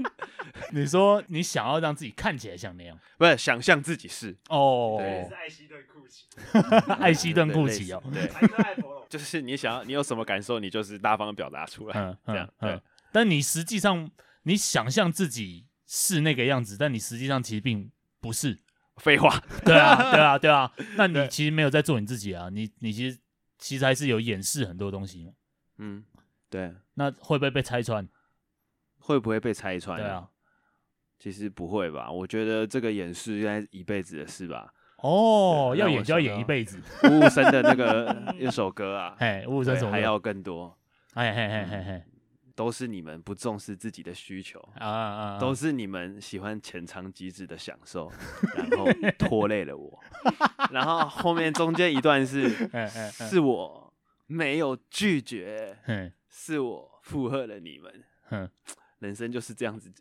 B: 你说你想要让自己看起来像那样
D: 不是想象自己是
B: 哦，
E: 也
D: 对
E: 是艾希顿库奇，
B: [LAUGHS] 艾希顿
D: 对
B: 库
D: 类
B: 奇
D: 似
B: 哦，
D: 对，
E: 莱克艾佛龙，
D: 就是你想要，你有什么感受，你就是大方地表达出来，
B: 嗯
D: 这样
B: 嗯
D: 对
B: 嗯，但你实际上你想象自己是那个样子，但你实际上其实并不是，
D: [LAUGHS] 废话，
B: [LAUGHS] 对啊，对啊，对
D: [LAUGHS]
B: 啊。那你其实没有在做你自己啊，你你其实其实还是有掩饰很多东西嘛。
D: 嗯，对，
B: 那会不会被拆穿？
D: 会不会被拆穿？
B: 对啊，，
D: 其实不会吧，我觉得这个演示应该是一辈子的
B: [LAUGHS]
D: 事吧。
B: 哦，
D: 对
B: 要
D: 让我
B: 演就要
D: 想到
B: 演一辈子。
D: [LAUGHS] 吴武生的那个一首歌啊，
B: 哎，五五三
D: 对
B: 首
D: 还要嗯更多，
B: 哎嘿嘿嘿嘿
D: 都是你们不重视自己的需求，
B: 啊啊啊！
D: 都是你们喜欢浅尝即止的享受，然后拖累了我。然后后面中间一
B: [LAUGHS]
D: 段是
B: 哎哎哎
D: 是我没有拒绝，
B: 嗯
D: 是我附和了你们，
B: 哼
D: 人生就是这样子。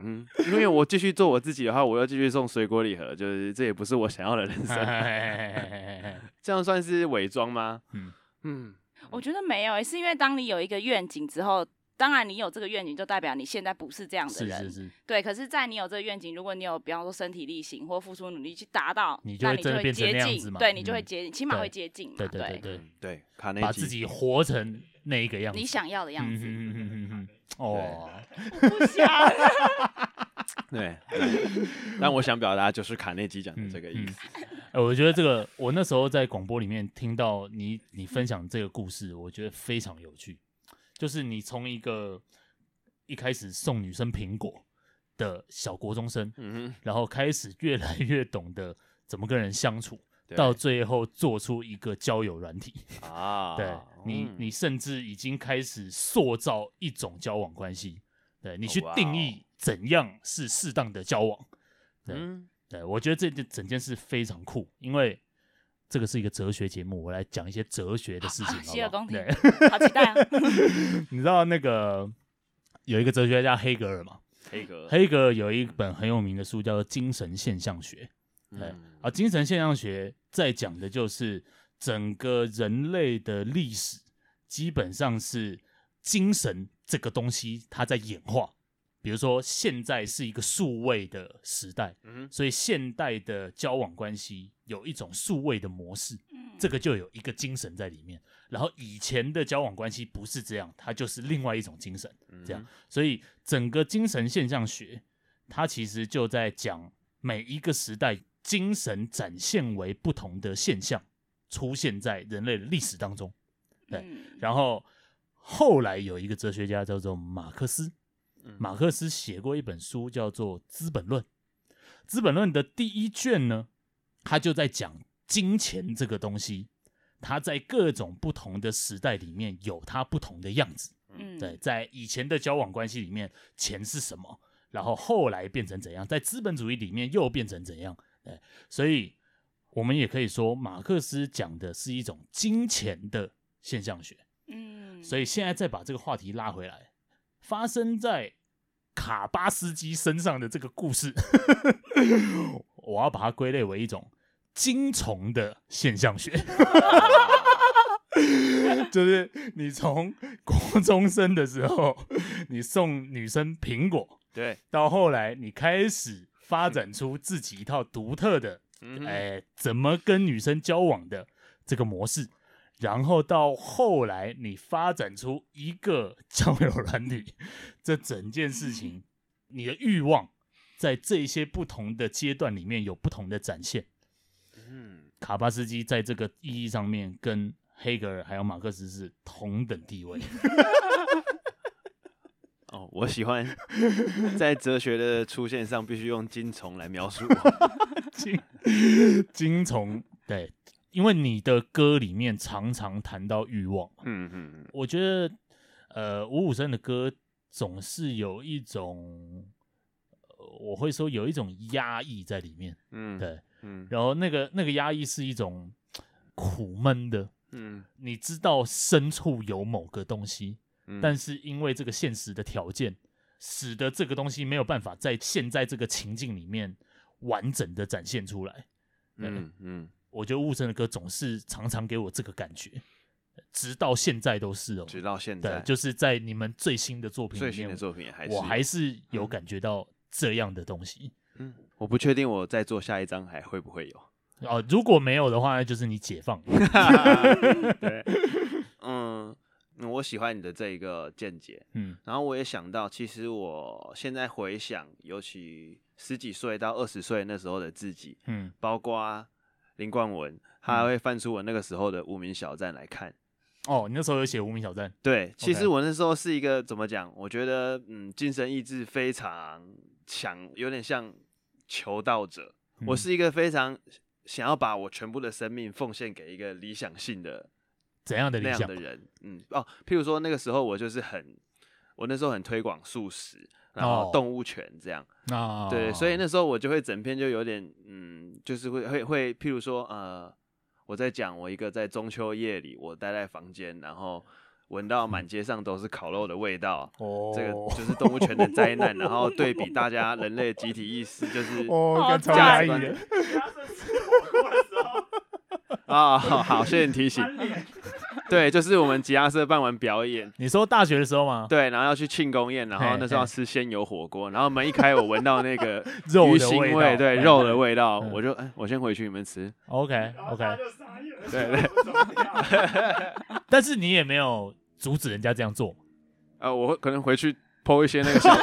D: 嗯，因为我继续做我自己的话，我要继续送水果礼盒，就是这也不是 [LAUGHS] 我想要的人
B: 哎哎
D: 生，
B: 哎哎哎哎
D: 这样算是伪装吗？
B: 嗯
D: 嗯，
C: 我觉得没有、欸是因为当你有一个愿景之后，当然你有这个愿景，就代表你现在不是这样
B: [LAUGHS]
C: 的
B: 是
C: 人。
B: 是是，
C: 对，可是，在你有这个愿景，如果你有，比方说身体力行或付出努力去达到，
B: 你就
C: 那
B: 会
C: 你
B: 真的
C: 会
B: 变成那
C: 接
B: 样子
C: 近，
B: 嘛
C: 对你就会
B: 嗯
C: 接，起码
B: 对嗯
C: 会接近嘛，
B: 对对对对，
D: 嗯对，卡内基
B: 把自己活成那一个样子，
C: 你想要的样
B: 嗯
C: 子。
B: 嗯嗯嗯嗯嗯哦，
C: 不想。
D: [LAUGHS] 对，对但我想表达就是卡内基讲
B: 嗯
D: 的这个意思。
B: 哎，我觉得这个，我那时候在广播里面听到你你分享这个故事，我觉得非常有趣。就是你从一个一开始送女生苹果的小国中生，
D: 嗯哼，
B: 然后开始越来越懂得怎么跟人相处，
D: 对
B: 到最后做出一个交友软体。
D: 啊，
B: 对你
D: 嗯，
B: 你甚至已经开始塑造一种交往关系，对你去
D: 哇哦
B: 定义怎样是适当的交往。对，
D: 嗯，
B: 对，我觉得这件整件事非常酷，因为这个是一个哲学节目，我来讲一些哲学的事情
C: 啊，洗耳
B: 好不好
C: 恭听
B: 对，
C: 好期待啊！
B: [LAUGHS] 你知道那个有一个哲学家黑格尔嘛？
D: 黑格，
B: 黑格尔有一本很有名的书叫做《精神现象学》。对、
D: 嗯
B: 啊，精神现象学在讲的就是整个人类的历史，基本上是精神这个东西它在演化。比如说，现在是一个数位的时代，
D: 嗯哼，
B: 所以现代的交往关系有一种数位的模式，这个就有一个精神在里面。然后以前的交往关系不是这样，它就是另外一种精神，这样
D: 嗯。
B: 所以整个精神现象学，它其实就在讲每一个时代精神展现为不同的现象，出现在人类的历史当中。对
C: 嗯
B: 然后后来有一个哲学家叫做马克思，
D: 嗯
B: 马克思写过一本书叫做《资本论》，《资本论》的第一卷呢，他就在讲金钱这个东西，它在各种不同的时代里面有它不同的样子。
C: 嗯
B: 对，在以前的交往关系里面，钱是什么？然后后来变成怎样，在资本主义里面又变成怎样，哎，所以我们也可以说，马克思讲的是一种金钱的现象学。
C: 嗯，
B: 所以现在再把这个话题拉回来，发生在卡巴斯基身上的这个故事， [LAUGHS] 我要把它归类为一种精虫的现象学， [LAUGHS] 就是你从国中生的时候，你送女生苹果，
D: 对，
B: 到后来你开始发展出自己一套独特的
D: 嗯哼，
B: 哎，怎么跟女生交往的这个模式，然后到后来你发展出一个交友软体， [LAUGHS] 这整件事情，你的欲望在这些不同的阶段里面有不同的展现。
D: 嗯，
B: 卡巴斯基在这个意义上面跟黑格尔还有马克思是同等地位， [LAUGHS]
D: 哦，我
B: [LAUGHS]
D: 喜欢在哲学的出现上必须用金虫来描述我，
B: 金金从对，因为你的歌里面常常谈到欲望。
D: [LAUGHS] 嗯嗯嗯，
B: 我觉得，呃，五五声的歌总是有一种，呃我会说有一种压抑在里面，
D: 嗯，
B: 对。
D: 嗯，
B: 然后那个那个压抑是一种苦闷的，
D: 嗯
B: 你知道深处有某个东西，
D: 嗯，
B: 但是因为这个现实的条件，使得这个东西没有办法在现在这个情境里面完整的展现出来。
D: 嗯嗯，
B: 我觉得五五声的歌总是常常给我这个感觉，直到现在都是哦，
D: 直到现
B: 对
D: 在，，
B: 就是在你们最新的作品里
D: 最
B: 面，
D: 新的作品还是
B: 我还是有感觉到这样的东西。
D: 嗯，我不确定我再做下一张还会不会有。
B: 哦，如果没有的话，那就是你解放。
D: [LAUGHS] 对，嗯，嗯我喜欢你的这一个见解。
B: [LAUGHS] 嗯
D: 然后我也想到，其实我现在回想，尤其十几岁到二十岁那时候的自己，
B: 嗯，
D: 包括林冠文，他会翻出我那个时候的无名小站来看。
B: 哦，你那时候有写《无名小站》，
D: 对，其实
B: OK
D: 我那时候是一个怎么讲？我觉得，嗯，精神意志非常强，有点像求道者。我
B: 嗯
D: 是一个非常想要把我全部的生命奉献给一个理想性的
B: 怎样的
D: 那
B: 理
D: 样
B: 想
D: 的？人，嗯，哦，譬如说那个时候我就是很，我那时候很推广素食，然
B: 哦
D: 后动物权这样，
B: 啊，
D: 对，所以那时候我就会整篇就有点，嗯，就是会会会，譬如说，呃，我在讲我一个在中秋夜里，我待在房间，然后闻到满街上都是烤肉的味道。
B: 哦，
D: 这个就是动物权的灾难，然后对比大家人类集体意识，就是
B: 哦，
C: 好
B: 干超
C: 赞
B: 压抑
D: 价值观
B: 的。
D: [LAUGHS]
E: 他
D: 啊、
E: 啊这吃火锅的时候
D: 好，谢谢你提醒。
E: 翻脸，
D: 对，就是我们吉亚社办完表演，
B: 你说大学的时候吗？
D: 对，然后要去庆功宴，然后那时候要
B: 嘿嘿
D: 吃鲜油火锅，然后门一开，我闻到那个
B: [LAUGHS] 肉的
D: 鱼腥
B: 味道
D: 对
B: 嗯
D: 肉的味道，
B: 嗯
D: 我就哎，我先回去你们吃。
B: ，OK
E: 然后他
B: OK，
E: 就傻眼了，
D: 对
E: 对，走掉。
B: 但是你也没有阻止人家这样做，
D: 呃，我会可能回去剖一些那个
C: [LAUGHS]
D: 小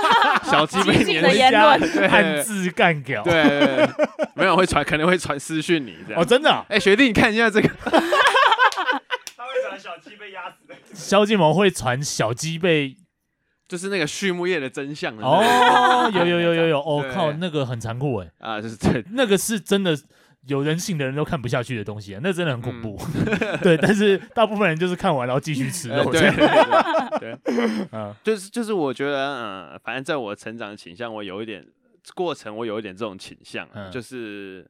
D: 小鸡
C: 激
D: 被
C: 进
D: 碾
B: [LAUGHS]
C: 的
D: 死
C: 言
B: 家
C: 论
D: 对
B: 暗自干掉。
D: 对，对对对没有会传，可能会传私讯你这
B: 哦，
D: 样。
B: 真的啊，
D: 哎，学弟，你看一下这个，
E: [LAUGHS] 他会转小鸡被压死的，
B: 萧敬腾会传小鸡被
D: 就是那个畜牧业的真相的那个
B: 哦，有有有有有，哦
D: 对
B: 靠，那个很残酷哎。
D: 啊，就是这
B: 那个是真的有人性的人都看不下去的东西、啊，那真的很恐怖。 [LAUGHS] 对，但是大部分人就是看完然后继续吃
D: 嗯呃
B: 肉。
D: 对
B: 这样
D: 对对对，
B: 嗯
D: [LAUGHS] 就是就是我觉得，嗯、反正在我成长的倾向，我有一点过程，我有一点这种倾向，啊
B: 嗯
D: 就是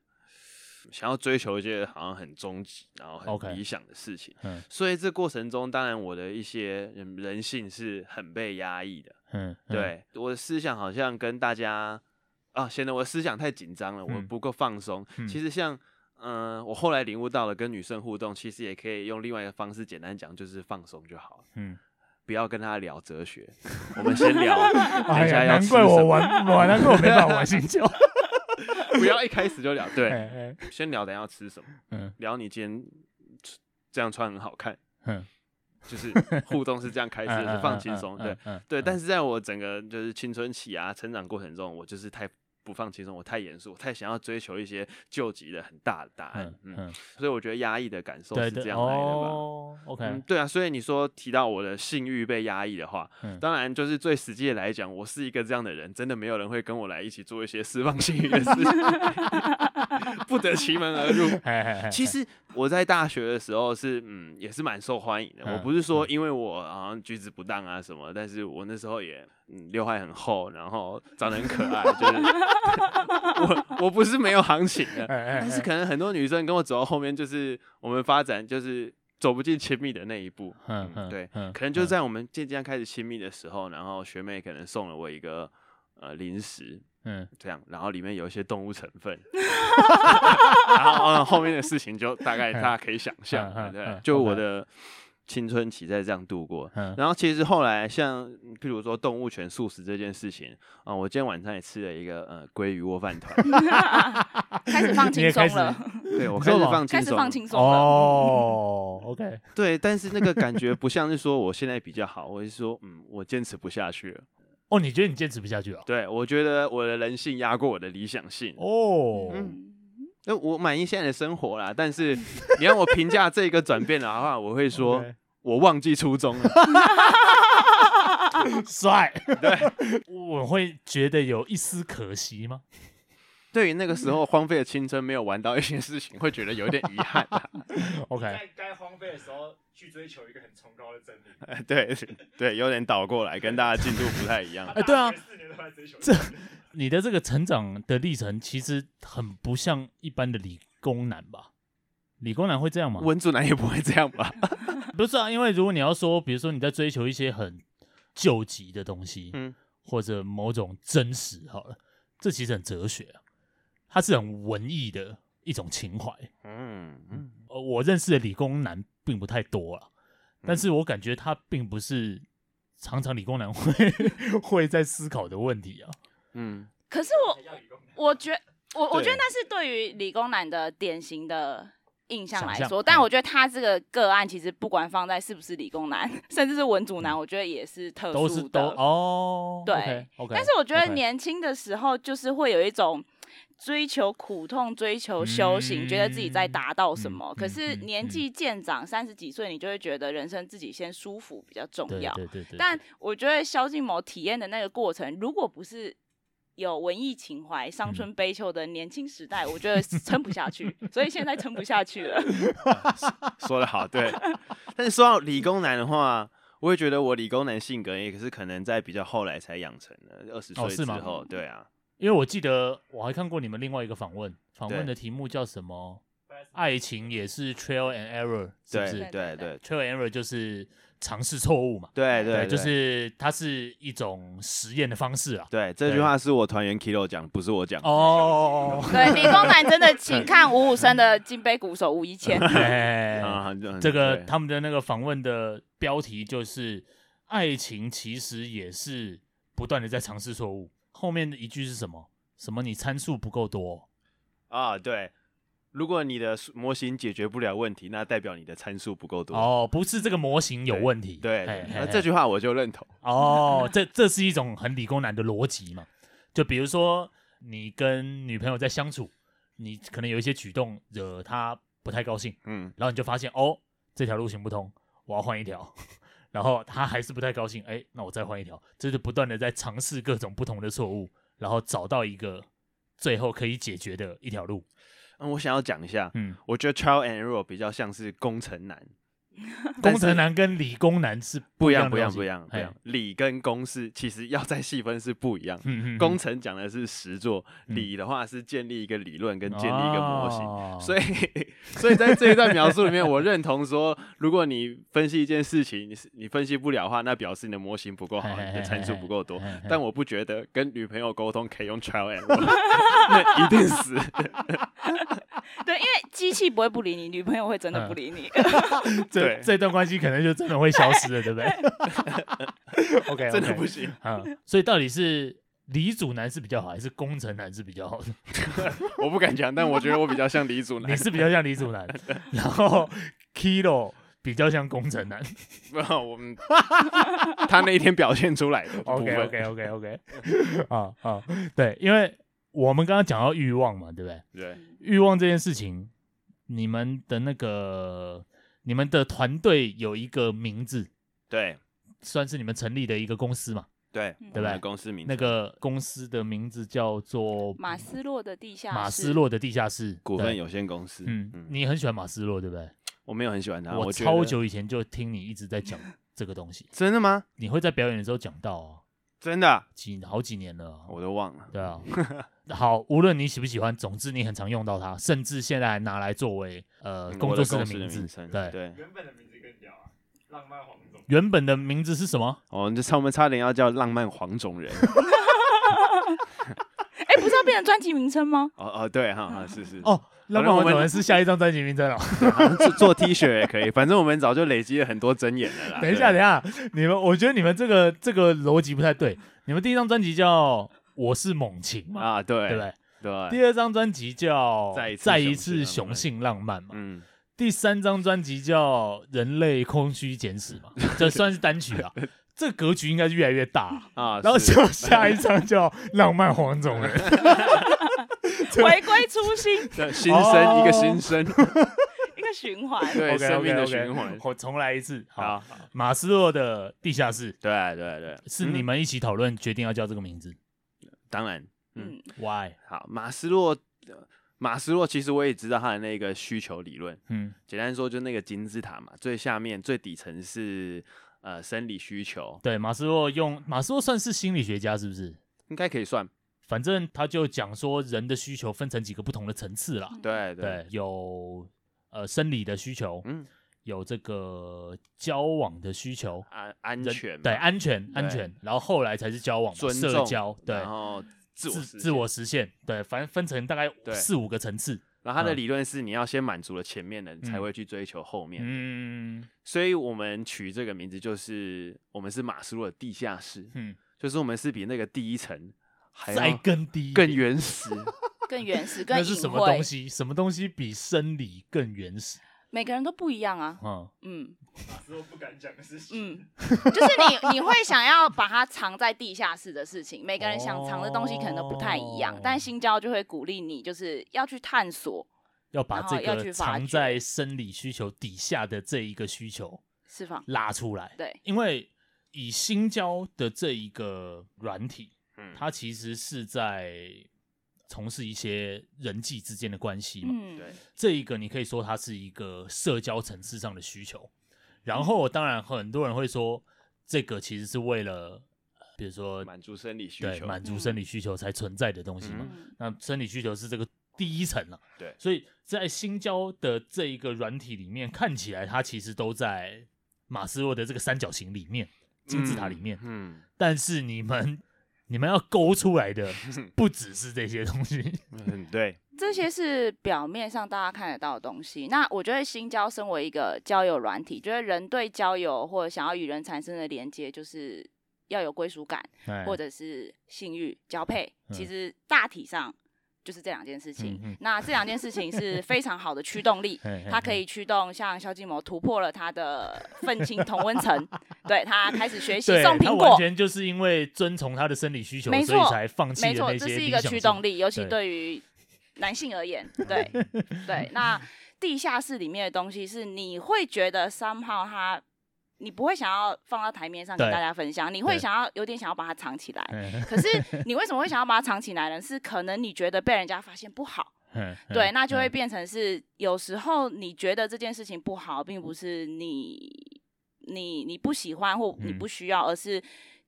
D: 想要追求一些好像很终极，然后
B: OK
D: 很理想的事情。
B: 嗯
D: 所以这过程中，当然我的一些人人性是很被压抑的。
B: 嗯，嗯，
D: 对，我的思想好像跟大家啊，显得我的思想太紧张了，我
B: 嗯
D: 不够放松。
B: 嗯
D: 其实像。嗯、我后来领悟到了，跟女生互动其实也可以用另外一个方式，简单讲就是放松就好了。
B: 嗯，
D: 不要跟他聊
B: [LAUGHS]
D: 哲学，我们先聊等
B: 哎呀，
D: 一下要
B: 难
D: 吃
B: 怪
D: 什
B: 我
D: 么
B: 玩，我难怪我没办法玩星球。
D: 不要一开始就聊， [LAUGHS] 对，
B: 哎哎
D: 先聊等一下要吃什么，
B: 嗯
D: 聊你今天吃这样穿很好看，
B: 嗯，
D: 就是互动是这样开始，
B: 嗯 [LAUGHS]
D: 就
B: 嗯
D: 是放轻松，
B: 嗯
D: 对
B: 嗯嗯
D: 对。但是在我整个就是青春期啊成长过程中，我就是太不放轻松，我太严肃，我太想要追求一些救急的很大的答案
B: 嗯，
D: 嗯，
B: 嗯，
D: 所以我觉得压抑的感受
B: 对
D: 是这
B: 对
D: 样来的吧。
B: 哦
D: 嗯
B: ，OK，，
D: 对啊，所以你说提到我的性欲被压抑的话，
B: 嗯
D: 当然就是最实际的来讲，我是一个这样的人，真的没有人会跟我来一起做一些释放性欲的事情，不得其门而入。 [LAUGHS]
B: [LAUGHS] 哎哎哎，
D: 其实我在大学的时候是嗯也是蛮受欢迎的。
B: 嗯
D: 我不是说因为我好像举止不当啊什么，但是我那时候也嗯刘海很厚，然后长得很可
B: [LAUGHS]
D: 爱，就是我我不是没有行情
B: [LAUGHS]
D: 的，
B: 哎哎
D: 但是
B: 哎
D: 可能很多女生跟我走到后面，就是我们发展就是走不进亲密的那一步。
B: 嗯嗯
D: 对
B: 嗯，
D: 可能就是
B: 嗯
D: 在我们渐渐开始亲密的时候，然后学妹可能送了我一个呃零食，
B: 嗯，
D: 这样，然后里面有一些动物成分， [LAUGHS] 然后、呃后面的事情就大概大家可以想象
B: 嗯嗯，
D: 对
B: 嗯，
D: 就
B: OK
D: 我的青春期在这样度过。
B: 嗯
D: 然后其实后来像嗯譬如说动物权素食这件事情啊、我今天晚上也吃了一个呃鲑鱼
B: [LAUGHS]
D: 窝饭团，
C: 嗯 [LAUGHS] 开始放
B: 你
C: 轻
B: 也开
C: 松
B: 始
C: 了，
D: 对我
B: 你
D: 开
B: 说
D: 始
B: 吧
D: 放轻
C: 开始
D: 松
C: 放
D: 了，
C: 轻松了。
B: 哦，OK，
D: 对，但是那个感觉不像是说我现在比较好，我是说嗯，我坚持不下去了。
B: 哦，你觉得你坚持不下去了？
D: 对我觉得我的人性压过我的理想性，
B: 哦，
D: 嗯
C: 嗯
D: 那我满意现在的生活啦，但是你让我评价这个转变的话，我会说
B: OK
D: 我忘记初衷了。 [LAUGHS]
B: 帅，对， [LAUGHS] 我会觉得有一丝可惜吗？
D: 对于那个时候荒废的青春，没有玩到一些事情，会觉得有点遗憾啊、
B: OK，
E: 在该荒废的时候去追求一个很崇高的真理。
D: [LAUGHS]
B: 啊
D: 对对，有点倒过来，跟大家进度不太一样。
B: 哎对啊
E: 大学四年都在追求这
B: 你的这个成长的历程其实很不像一般的理工男吧？理工男会这样吗？
D: [LAUGHS] 文组男也不会这样吧？
B: 不是啊，因为如果你要说，比如说你在追求一些很救急的东西，
D: 嗯
B: 或者某种真实，好了，这其实很哲学啊，它是很文艺的一种情怀。
D: 嗯嗯，
B: 呃，我认识的理工男并不太多了，但
C: 嗯
B: 是我感觉他并不是常常理工男会 [LAUGHS] 会在思考的问题啊。
D: 嗯，
C: 可是
E: 才叫理工男。
C: 我，我觉我我觉得
D: 对
C: 那是对于理工男的典型的印象来
B: 想
C: 说，
B: 象
C: 但
B: 嗯
C: 我觉得他这个个案其实不管放在是不是理工男， [LAUGHS] 甚至是文组男，我觉得也是特
B: 嗯都是
C: 殊
B: 都
C: 的。
B: 哦，
C: 对
B: o k
C: 但是我觉得
B: OK
C: 年轻的时候就是会有一种追求苦痛、追求修行，
B: 嗯
C: 觉得自己在达到什么。
B: 嗯
C: 可是
B: 嗯嗯
C: 年纪渐长，三十几岁，你就会觉得人生自己先舒服比较重
B: 对
C: 要。
B: 对对对，
C: 但我觉得萧敬谋体验的那个过程，如果不是有文艺情怀、
B: 嗯
C: 伤春悲秋的年轻时代，我觉
B: [LAUGHS]
C: 得撑不下去，所以现在撑不下去了。
D: 说的好， [LAUGHS] 对。但是说到理工男的话，我也觉得我理工男性格也是可能在比较后来才养成的，二十
B: 哦
D: 岁
B: 是
D: 之
B: 吗
D: 后，对啊，
B: 因为我记得我还看过你们另外一个访问，访问
D: 对
B: 的题目叫什么？
E: 大概是
B: 爱情也是 trial and error，是不
D: 对
B: 是
C: 对
D: 对
C: 对
D: 对
B: ？trial and error 就是尝试错误嘛，
D: 对
B: 对，
D: 对，
B: 就是它是一种实验的方式啊。
D: 对，这
B: 对
D: 句话是我团员 Kilo 讲，不是我讲。
B: 哦， [LAUGHS]
C: 对，理工男真的，请看五五三的金杯鼓手吴一谦。
B: 哎
D: 啊，嗯
B: 这个
D: 对
B: 他们的那个访问的标题就是“爱情其实也是不断的在尝试错误”，后面的一句是什么？什么？你参数不够多？
D: 啊，对，如果你的数模型解决不了问题，那代表你的参数不够多。，
B: 哦，不是这个模型有问题。
D: 对，
B: 嘿
D: 对
B: 嘿
D: 那
B: 嘿
D: 这句话我就认同。
B: 哦，这这是一种很理工男的逻辑嘛？就比如说你跟女朋友在相处，你可能有一些举动惹她不太高兴，
D: 嗯，
B: 然后你就发现哦，这条路行不通，我要换一条。 [LAUGHS] 然后她还是不太高兴，哎，那我再换一条，就是不断的在尝试各种不同的错误，然后找到一个最后可以解决的一条路。
D: 嗯我想要讲一下，
B: 嗯，
D: 我觉得 trial and error 比较像是工
B: [LAUGHS]
D: 程男，
B: 工
D: 但是
B: 程男跟理工男是
D: 不一
B: 样的
D: 样，不一样，
B: 东西
D: 不一样，不一。样
B: 嘿。
D: 理跟公是其实要再细分是不一样。
B: 嗯嗯，
D: 工程讲的是实作，
B: 嗯
D: 理的话是建立一个理论跟建立一个模型。
B: 哦
D: 所以， [LAUGHS] 所以在这一段描述里面，我认同说，如果你分析一件事情，你是你分析不了的话，那表示你的模型不够
B: 嘿
D: 好，
B: 嘿
D: 你
B: 嘿
D: 的参数不够多
B: 嘿嘿嘿。
D: 但我不觉得跟女朋友沟通可以用 trial and error，那一定死。
C: 对，因为机器不会不理你，女朋友会真的不
B: 嗯
C: 理你。
B: [LAUGHS] 这
D: 对
B: [LAUGHS] 这段关系可能就真的会消失了，对不对 [LAUGHS]
D: [LAUGHS]
B: ？OK，
D: 真的不行。
B: 啊、嗯所以到底是理组男是比较好，还是工程男是比较好的？
D: 我不敢讲，但我觉得我比较像李
B: [LAUGHS]
D: 祖
B: 你
D: 男。
B: 是比较像理组
D: [LAUGHS]
B: 男，然后 Kilo 比较像工程
D: [LAUGHS]
B: 男。
D: 不，我们他那一天表现出来的部
B: OK
D: 分
B: OK OK OK，啊啊，对，因为我们刚刚讲到欲望嘛，对不对？
D: 对，
B: 欲望这件事情，你们的那个你们的团队有一个名字，
D: 对，
B: 算是你们成立的一个公司嘛？
D: 对，
C: 嗯
D: 我们
B: 对
D: 的公司名
B: 那
D: 称
B: 个公司的名字叫做
C: 马斯洛的地下室，
B: 马斯洛的地下室
D: 股份
B: 对
D: 有限公司，
B: 嗯，
D: 嗯，
B: 你很喜欢马斯洛对不对？
D: 我没有很喜欢他，我觉
B: 超
D: 得
B: 久以前就听你一直在讲这个东西，
D: 真的吗？
B: 你会在表演的时候讲到、啊、
D: 真的啊，
B: 几好几年了啊、
D: 我都忘了。
B: [LAUGHS] 对
D: [LAUGHS]
B: 啊。好，无论你喜不喜欢，总之你很常用到它，甚至现在还拿来作为呃
D: 嗯
B: 工
D: 我的
B: 作室
D: 公司
B: 名字。
D: 称
B: 对，
D: 对，
E: 原本的名字更屌啊，浪漫黄总。
B: 原本的名字是什么？
D: 哦，这差我们差点要叫浪漫黄种
B: [LAUGHS]
D: 人。
C: 哎、不是要变成专辑名
B: [LAUGHS]
C: 称吗？
D: 哦哦，对哈，哈是是
B: 哦，那么我
D: 我
B: 们
D: 们
B: 可能是下一张专辑名
D: [LAUGHS]
B: 称了。哦
D: 对好 [LAUGHS] 像做做 T 恤也可以，反正我们早就累积了很多真言了啦。
B: 等一下，等
D: 对
B: 一下，你们，我觉得你们这个这个逻辑不太对。你们第一张专辑叫《我是猛禽》嘛，
D: 啊，对
B: 对不对？
D: 对
B: 第二张专辑叫
D: 再一
B: 《
D: 次
B: 再
D: 雄
B: 一次雄
D: 性浪漫
B: 性浪漫》嘛，
D: 嗯，
B: 第三张专辑叫《人类空虚简史》
D: [LAUGHS]
B: 嘛，这算是单曲啊。这格局应该是越来越大啊、
D: 啊，
B: 然后
D: 是
B: 就下一张叫《浪漫黄种人》， [LAUGHS]
C: 回归初心，
D: 对新生一个新生，
B: 哦
C: 一个循环。
D: 对
B: OK，OK，OK
D: 生命的循环。
B: 我重来一次。好，
D: 好，
B: 马斯洛的地下室
D: 对对对，
B: 是你
D: 嗯
B: 们一起讨论决定要叫这个名字。
D: 当然
C: 嗯，
B: Why？
D: 好。马斯洛，呃马斯洛其实我也知道他的那个需求理论，
B: 嗯
D: 简单说就那个金字塔嘛，最下面最底层是呃生理需求，
B: 对，马斯洛用马斯洛算是心理学家是不是？
D: 应该可以算。
B: 反正他就讲说人的需求分成几个不同的层次啦。
D: 对
B: 对，有呃生理的需求，
D: 嗯
B: 有这个交往的需求，
D: 安安
B: 人
D: 全嘛
B: 对安全
D: 对
B: 安全，然后后来才是交往嘛
D: 尊重
B: 社交，对
D: 然，后自我
B: 自
D: 实
B: 自
D: 现
B: 我实现，对，反正分成大概
D: 对
B: 四五个层次，
D: 然后他的
B: 嗯
D: 理论是，你要先满足了前面的，你才
B: 嗯
D: 会去追求后面。
B: 嗯
D: 所以我们取这个名字，就是我们是马斯洛的地下室，
B: 嗯，
D: 就是我们是比那个第一层还
B: 再
D: 要
B: 更低一
D: 更
B: 点。[LAUGHS]
D: 原始。
C: 更原始，更
B: 那
C: 隐
B: 是什么
C: 晦
B: 东。西？什么东西比生理更原始？
C: 每个人都不一样啊。
B: 嗯，
C: 嗯
E: 马斯洛不敢讲的事
B: [LAUGHS]
C: 嗯，
E: 情。
C: 就是你你会想要把它藏在地下室的事情，每个人想藏的东西可能都不太一样，
B: 哦
C: 但新交就会鼓励你，就是要去探索，
B: 要把
C: 然
B: 这
C: 后要
B: 个
C: 去发
B: 藏
C: 掘
B: 在生理需求底下的这一个需求
C: 释放。
B: 拉出来。
C: 对，
B: 因为以新交的这一个软体，
D: 嗯，
B: 它其实是在从事一些人际之间的关系嘛。
C: 嗯，
D: 对
B: 这一个你可以说它是一个社交层次上的需求。
D: 嗯
B: 然后，当然很多人会说，这个其实是为了，呃比如说
D: 满足生理需
B: 对
D: 求，
B: 满足
C: 嗯
B: 生理需求才存在的东西嘛。
C: 嗯
B: 那生理需求是这个第一层了、
D: 对
B: 所以在新交的这一个软体里面，看起来它其实都在马斯洛的这个三角形里面、金字塔里面。
D: 嗯，
B: 但是你们你们要勾出来
D: [LAUGHS]
B: 的不只是这些东西，
D: 嗯嗯，对，
C: 这些是表面上大家看得到的东西。那我觉得新交身为一个交友软体，觉得人对交友或者想要与人产生的连接，就是要有归属感，或者是性欲交配，其
B: 哎嗯
C: 实大体上就是这两件事情。
B: 嗯嗯
C: 那这两件事情是非常好的驱动力
B: [LAUGHS] 嘿嘿，
C: 它可以驱动像萧敬谋突破了他的愤青同温
B: [LAUGHS]
C: 层，对他开始学习
B: 对，
C: 送
B: 他
C: 苹
B: 完
C: 果。
B: 全就是因为遵从他的生理需求，
C: 没
B: 所以
C: 错
B: 才放弃
C: 没
B: 了
C: 错，
B: 那
C: 这
B: 些
C: 是一
B: 理
C: 个
B: 想
C: 驱
B: 性 [LAUGHS]
C: 动力，尤其
B: 对
C: 对于男性而言，
B: [LAUGHS]
C: 对对。那地下室里面的东西是你会觉得 somehow 它，你不会想要放到台面上
B: 对
C: 跟大家分享，你会
B: 对
C: 想要有点想要把它藏
B: [LAUGHS]
C: 起来。
B: 嗯
C: 可是你为什么会想要把它藏起来呢？是可能你觉得被人家发现不好，
B: 嗯
C: 对，
B: 嗯
C: 那就会
B: 嗯
C: 变成是有时候你觉得这件事情不好，并不是你你你不喜欢或你
B: 嗯
C: 不需要，而是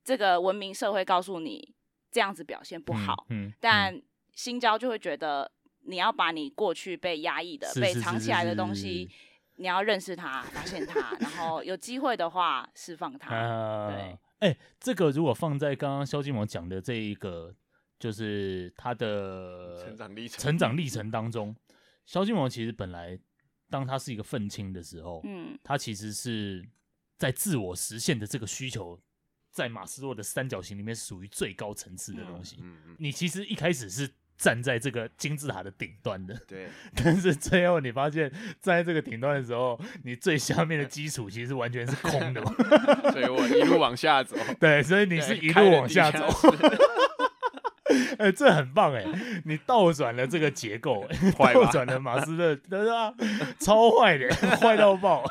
C: 这个文明社会告诉你这样子表现不好，
B: 嗯，嗯
C: 但新交就会觉得你要把你过去被压抑的、
B: 是
C: 被
B: 是
C: 藏
B: 是
C: 起来
B: 是
C: 的东
B: 是
C: 西
B: 是。
C: 你要认识它，发现它，然后有机会的话释放它。
B: 啊，
C: 对
B: 哎、这个如果放在刚刚萧敬腾讲的这一个，就是他的
D: 成长历程
B: 呃成长历程当中，萧敬腾其实本来当他是一个愤青的时候，
C: 嗯，
B: 他其实是在自我实现的这个需求，在马斯洛的三角形里面是属于最高层次的东西。
D: 嗯嗯，
B: 你其实一开始是站在这个金字塔的顶端的， [LAUGHS]
D: 对，
B: 但是最后你发现站在这个顶端的时候，你最下面的基础其实完全是空
D: [LAUGHS]
B: 的嘛。
D: 所以我一路往下走，
B: 对，所以 [LAUGHS] 你
D: 对
B: 是一
D: 开
B: 路
D: 了
B: 往
D: 地
B: 下
D: 下
B: 走
D: 室。 [LAUGHS]
B: 哎、这很棒哎、你倒转了这个结构、哎
D: [LAUGHS] 坏吧
B: 倒转了马斯 [LAUGHS] 勒，对啊，超坏的、坏到爆。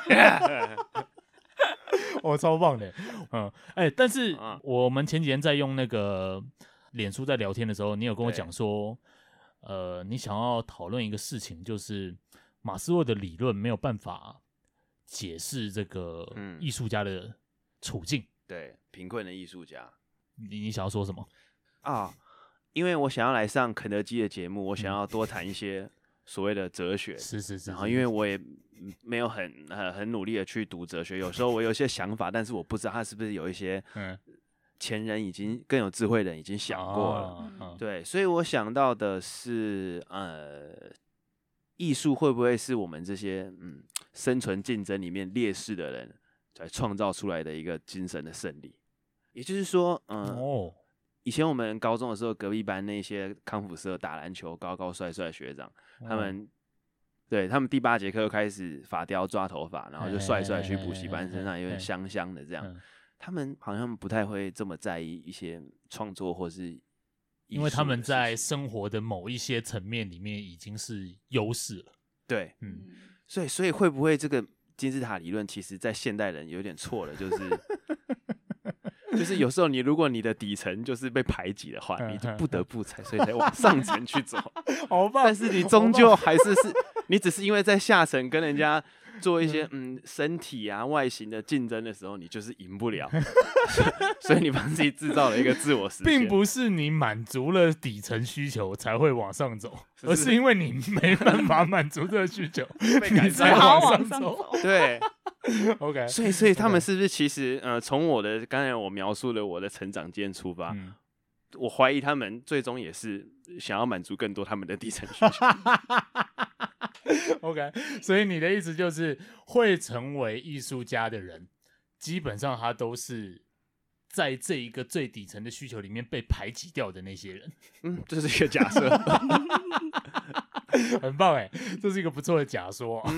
B: 我超棒的，嗯，哎、但是
D: 嗯
B: 我们前几天在用那个脸书在聊天的时候，你有跟我
D: 对
B: 讲说，呃，你想要讨论一个事情，就是马斯洛的理论没有办法解释这个
D: 嗯
B: 艺术家的处境，
D: 对，贫困的艺术家
B: 你你想要说什么？
D: 啊，因为我想要来上肯德基的节目，我想要多谈一些所谓的哲学，
B: 嗯是是是，
D: 然后
B: 是
D: 因为我也没有很很很努力的去读哲学，有时候我有一些想法，但是我不知道他是不是有一些
B: [LAUGHS] 嗯
D: 前人已经更有智慧的人已经想过了。
B: 啊啊
D: 对，所以我想到的是，呃，艺术会不会是我们这些嗯生存竞争里面劣势的人来创造出来的一个精神的胜利？也就是说，嗯、
B: 哦，
D: 以前我们高中的时候，隔壁班那些康复社打篮球高高帅帅的学长，他
B: 哦
D: 们对他们第八节课就开始发雕抓头发，然后就帅帅去补习
B: 嘿
D: 班，
B: 嘿嘿嘿
D: 身上有点
B: 嘿
D: 香香的这样
B: 嗯。
D: 他们好像不太会这么在意一些创作或是艺
B: 因为
D: 术
B: 他们
D: 的事
B: 在
D: 情
B: 生活的某一些层面里面已经是优势了，
D: 对，
B: 嗯，
D: 所以所以会不会这个金字塔理论，其实在现代人有点错了，就是就是有时候你如果你的底层就是被排挤的话，你就不得不才所以才往上层去走。
B: [LAUGHS] 好棒
D: 但是你终究还是
B: [LAUGHS]
D: 是，你只是因为在下层跟人家做一些嗯身体啊外形的竞争的时候，你就是赢不了， [LAUGHS] 所以你帮自己制造了一个自我实现，
B: 并不是你满足了底层需求才会往上走，
D: 是
B: 而是因为你没办法满足这个需 [LAUGHS] 求，
E: 被
B: 你
E: 赶
B: 才
E: 上。
C: 好
B: 上
C: 往上走。
D: [LAUGHS] 对。
B: OK，
D: 所以，所以他们是不是其实呃，从我的刚才我描述的我的成长经验出发，
B: 嗯
D: 我怀疑他们最终也是想要满足更多他们的底层需
B: [LAUGHS]
D: 求。
B: OK，所以 [LAUGHS] 你的意思就是，会成为艺术家的人，基本上他都是在这一个最底层的需求里面被排挤掉的那些人。 [LAUGHS]
D: 嗯，这是一个假设，
B: 很棒哎，这是一个不错的假说。啊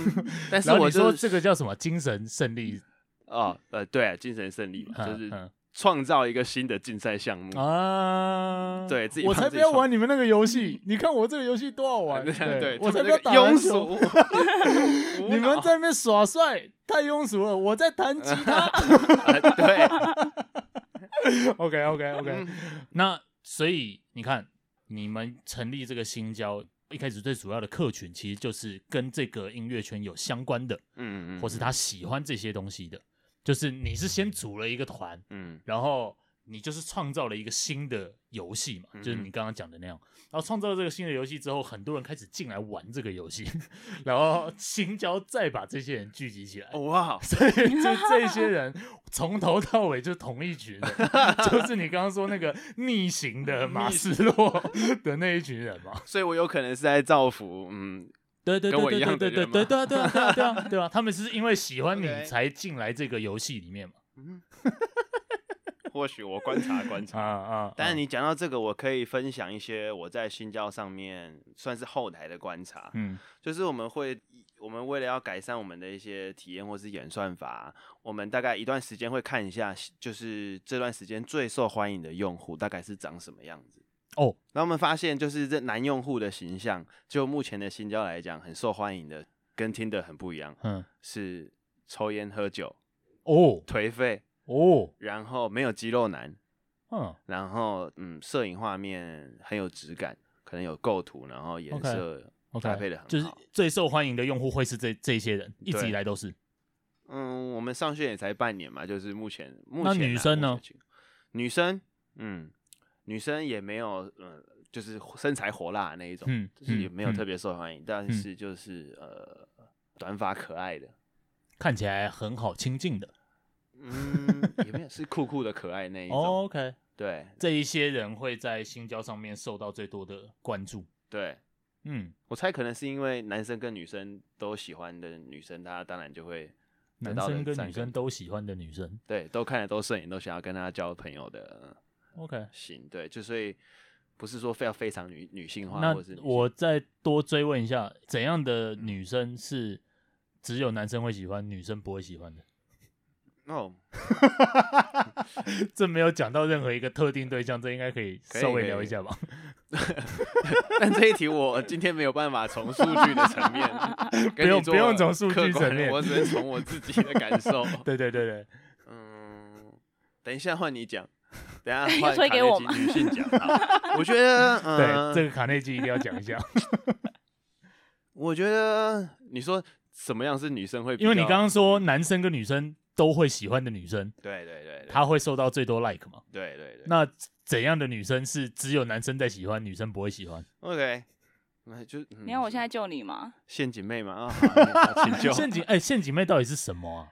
D: 但是
B: 然后
D: 我
B: 你说
D: 就
B: 这个叫什么精神胜利？
D: 哦，呃，对，精神胜利嘛，就
B: 嗯
D: 是
B: 嗯
D: 创造一个新的竞赛项目。
B: 啊，
D: 对自己
B: 我
D: 帮
B: 才
D: 自
B: 不
D: 己
B: 要
D: 创
B: 玩你们那个游戏，你看我这个游戏多好玩，
D: 对，
B: 我
D: 他
B: 才不
D: 们这
B: 要
D: 个
B: 打篮
D: 庸
B: 球，
D: 俗，无
B: [LAUGHS]
D: [LAUGHS]
B: 你们
D: 脑
B: 在那边耍帅，太庸俗了，我在弹吉
D: [LAUGHS]
B: 他。
D: 呃
B: [LAUGHS]
D: 对
B: OK OK OK，那
D: 嗯
B: 所以你看，你们成立这个新交。一开始最主要的客群其实就是跟这个音乐圈有相关的，
D: 嗯，嗯，
B: 或是他喜欢这些东西的。就是你是先组了一个团，
D: 嗯
B: 然后你就是创造了一个新的游戏嘛，就是
D: 嗯
B: 你刚刚讲的那样。然后创造了这个新的游戏之后，很多人开始进来玩这个游戏， [LAUGHS] 然后新交再把这些人聚集起来。
D: 哦哇，
B: 所以就这些
D: [LAUGHS]
B: 人从头到尾就同一群人，就是你刚刚说那个逆行的马斯洛的那一群人
D: [LAUGHS]
B: 嘛。
D: 所以我有可能是在造福，嗯，
B: 对对
D: 跟我一
B: 对对
D: 样的
B: 对对
D: 人
B: 对对对
D: 吗
B: 啊对啊对啊对啊对
D: [LAUGHS]
B: 啊！他们是因为喜欢你
D: OK
B: 才进来这个游戏里面嘛。
D: 或许我观察观
B: [LAUGHS]
D: 察
B: 啊。啊！
D: 但是
B: 你
D: 你讲到这个，我可以分享一些我在新教上面算是后台的观察，
B: 嗯
D: 就是我们会，我们为了要改善我们的一些体验或是演算法，我们大概一段时间会看一下，就是这段时间最受欢迎的用户大概是长什么样子。
B: 哦
D: 然后我们发现，就是这男用户的形象，就目前的新教来讲，很受欢迎的，跟听的很不一样，
B: 嗯
D: 是抽烟、喝酒、
B: 哦
D: 颓废，
B: 哦
D: 然后没有肌肉男，
B: 嗯
D: 然后嗯，摄影画面很有质感，可能有构图，然后颜
B: OK，
D: 色搭配的
B: ，OK，
D: 很好。
B: 就是最受欢迎的用户会是这这些人，一直
D: 对
B: 以来都是。
D: 嗯，我们上学也才半年嘛，就是目前目
B: 那
D: 前啊
B: 女生呢？
D: 目前情况女生，嗯，女生也没有，嗯，就是身材火辣的那一种，
B: 嗯
D: 就是也
B: 嗯
D: 没有
B: 嗯
D: 特别受欢迎，但
B: 嗯
D: 是就是呃，短发可爱
B: [LAUGHS]
D: 的，
B: 看起来很好亲近的。
D: 嗯，也没有是酷酷的可爱那一种，
B: 哦 OK，
D: 对
B: 这一些人会在新交上面受到最多的关注。
D: 对。
B: 嗯，
D: 我猜可能是因为男生跟女生都喜欢的女生，她当然就会得
B: 男
D: 到的
B: 生跟
D: 赞
B: 女生都喜欢的女生。
D: 对，都看得都顺眼，都想要跟他交朋友的
B: OK，
D: 型，对，就所以不是说非要非常女女性化，
B: 那
D: 或者是女性
B: 我再多追问一下，怎样的女生是只有男生会喜欢，女生不会喜欢的？ [LAUGHS]
D: 哦，
B: 这没有讲到任何一个特定对象，这应该可以
D: 可以
B: 稍微
D: 可以
B: 聊
D: 可
B: 一
D: 以
B: 下吧？ [LAUGHS]
D: 但这一题我今天没有办法从数据的
B: [LAUGHS]
D: 层面
B: 不
D: 跟你
B: 用
D: 做
B: 不用从数
D: 客
B: 据
D: 观
B: 层面
D: 我只能从我自己的感受。
B: [LAUGHS] 对对对对，
D: 嗯等一下换你讲，等
C: [LAUGHS]
D: 一下
C: 又
D: 换
C: 推
D: 卡
C: 给
D: 内
C: 我
D: 基
C: 吗
D: 女性讲。好我觉得，
B: [LAUGHS] 对，
D: 嗯，
B: 这个卡内基一定要讲一下，
D: 我觉得你说什么样是女生会比较？嗯
B: 因为你刚刚说男生跟女生都会喜欢的女生，
D: 对对对，对
B: 她会受到最多 like 嘛？
D: 对对对。
B: 那怎样的女生是只有男生在喜欢，女生不会喜欢？
D: OK，那就
C: 你看我现
D: 在
C: 在救你吗？
D: 陷阱妹
B: [LAUGHS]
D: 嘛啊，好你好请 [LAUGHS] 就
B: 陷阱哎，陷阱妹到底是什么啊？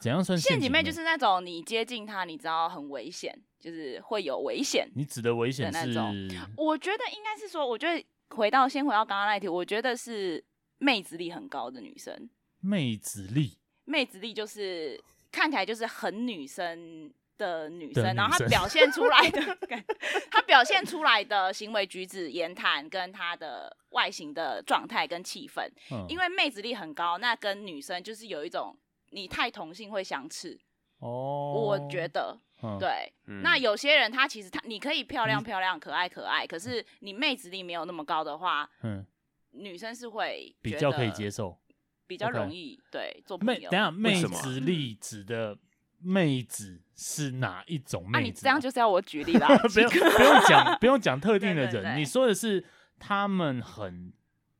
B: 怎样算
C: 陷
B: 阱
C: 阱
B: 妹？
C: 妹就是那种你接近她，你知道很危险，就是会有危险。
B: 你指的危险
C: 的那
B: 是
C: 种我觉得应该是说，我觉得回到先回到刚刚那一题，我觉得是妹子力很高的女生，
B: 妹子力，
C: 妹子力就是看起来就是很女生的女
B: 的
C: 生，然
B: 女
C: 后她
B: 生
C: 表现出
B: [LAUGHS]
C: 来的感，她表现出来的行为举止、言谈跟她的外形的状态跟气氛，
B: 嗯，
C: 因
B: 为
C: 为妹子力很高，那跟女生就是有一种你太同性会相斥，
B: 哦，
C: 我觉得
B: 嗯
C: 对。
D: 嗯
C: 那有些人他其实他你可以漂亮漂亮、可爱可爱，可是你妹子力没有那么高的话，
B: 嗯
C: 女生是会
B: 比
C: 觉
B: 较可以
C: 得
B: 接，受。
C: 比较
B: OK
C: 容易对做朋
B: 妹，
C: 友。
B: 等一下妹
D: 什么啊
B: 子力指的妹子是哪一种
C: 啊，
B: 妹
C: 你
B: 子？，
C: 这样就是要我举例啦
B: [LAUGHS] 不用不用讲不用讲特定的
C: 对对
B: 人，
C: 对
B: 你说的是他们很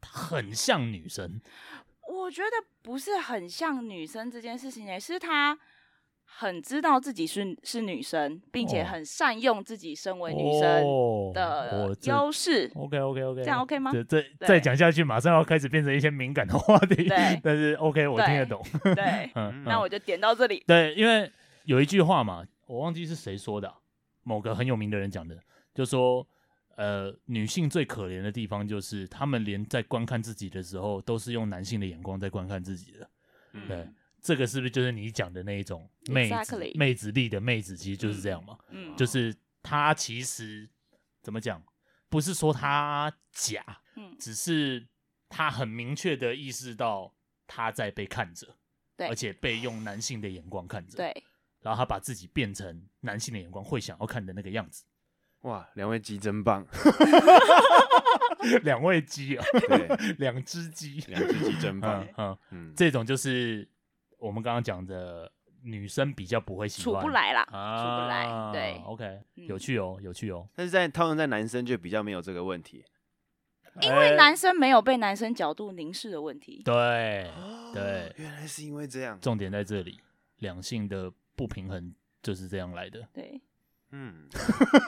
B: 很像女生，
C: [LAUGHS] 我觉得不是很像女生这件事情呢、欸是她很知道自己是是女生，并且
B: 哦
C: 很善用自己身为女生的优势。
B: OK OK OK，
C: 这样 OK 吗
B: 这这再讲下去，马上要开始变成一些敏感的话题。
C: 对
B: [LAUGHS] 但是 OK，我听得
C: 对
B: 懂。 [LAUGHS]
C: 对，
B: 嗯，
C: 那
B: 嗯
C: 我就点到这里。
B: 对，因为有一句话嘛，我忘记是谁说的啊、某个很有名的人讲的，就说，呃，女性最可怜的地方就是她们连在观看自己的时候，都是用男性的眼光在观看自己的。
D: 嗯
B: 对，这个是不是就是你讲的那一种妹子
C: Exactly
B: 妹子力的妹子，其实就是这样嘛，
C: 嗯，
B: 就是她其实怎么讲，不是说她假，
C: 嗯，
B: 只是她很明确的意识到她在被看着。
C: 对
B: 而且被用男性的眼光看着，
C: 对，
B: 然后他把自己变成男性的眼光会想要看的那个样子。
D: 哇，两位鸡真棒，
B: [LAUGHS]
C: 嗯
B: 两位鸡啊，
D: [LAUGHS] 对，
B: 两只鸡，
D: 两只鸡真棒
B: 嗯，嗯，
D: 嗯，
B: 这种就是我们刚刚讲的女生比较不会喜
C: 处
B: 欢，
C: 不来啦，
B: 啊，
C: 处不来。对，
B: ，OK，
C: 嗯
B: 有趣哦，有趣哦，
D: 但是在通常在男生就比较没有这个问题，
B: 因
C: 因为男生没有被男生角度凝视的问题。
B: 对对，
D: 哦原来是因为这样，
B: 重点在这里，两性的不平衡就是这样来的。
C: 对，
D: 嗯，
B: [LAUGHS]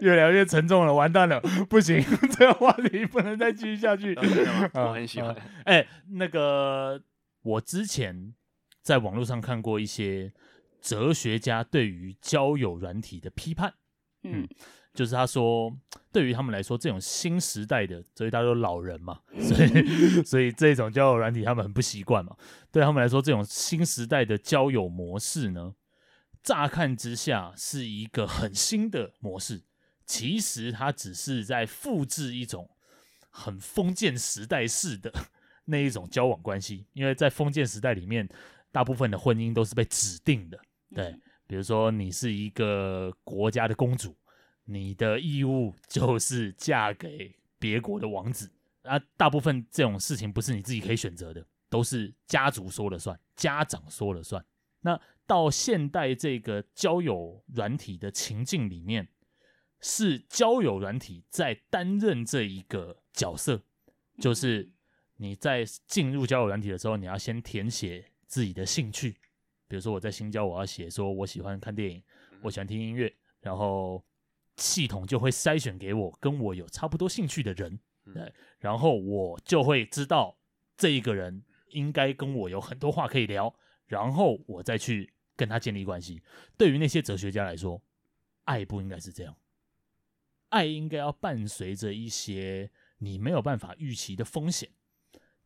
B: 越聊越沉重了，完蛋了， [LAUGHS] 不行，这个话题不能再继续下去
D: 哦真的吗
B: 嗯
D: 我很喜欢
B: 嗯 [LAUGHS] 哎、那个我之前在网络上看过一些哲学家对于交友软体的批判，
C: 嗯，
B: 就是他说，对于他们来说，这种新时代的，所以大家都老人嘛，所以所以这种交友软体他们很不习惯嘛。对他们来说，这种新时代的交友模式呢，乍看之下是一个很新的模式，其实它只是在复制一种很封建时代式的那一种交往关系，因为在封建时代里面，大部分的婚姻都是被指定的，对。
C: 嗯
B: 比如说，你是一个国家的公主，你的义务 [LAUGHS] 就是嫁给别国的王子。啊，大部分这种事情不是你自己可以选择的，都是家族说了算，家长说了算。那到现代这个交友软体的情境里面，是交友软体在担任这一个角色，就是你在进入交友软体的时候，你要先填写自己的兴趣，比如说我在新交，我要写说我喜欢看电影，我喜欢听音乐，然后系统就会筛选给我跟我有差不多兴趣的人，
D: 嗯
B: 对，然后我就会知道这一个人应该跟我有很多话可以聊，然后我再去跟他建立关系。对于那些哲学家来说，爱不应该是这样，爱应该要伴随着一些你没有办法预期的风险，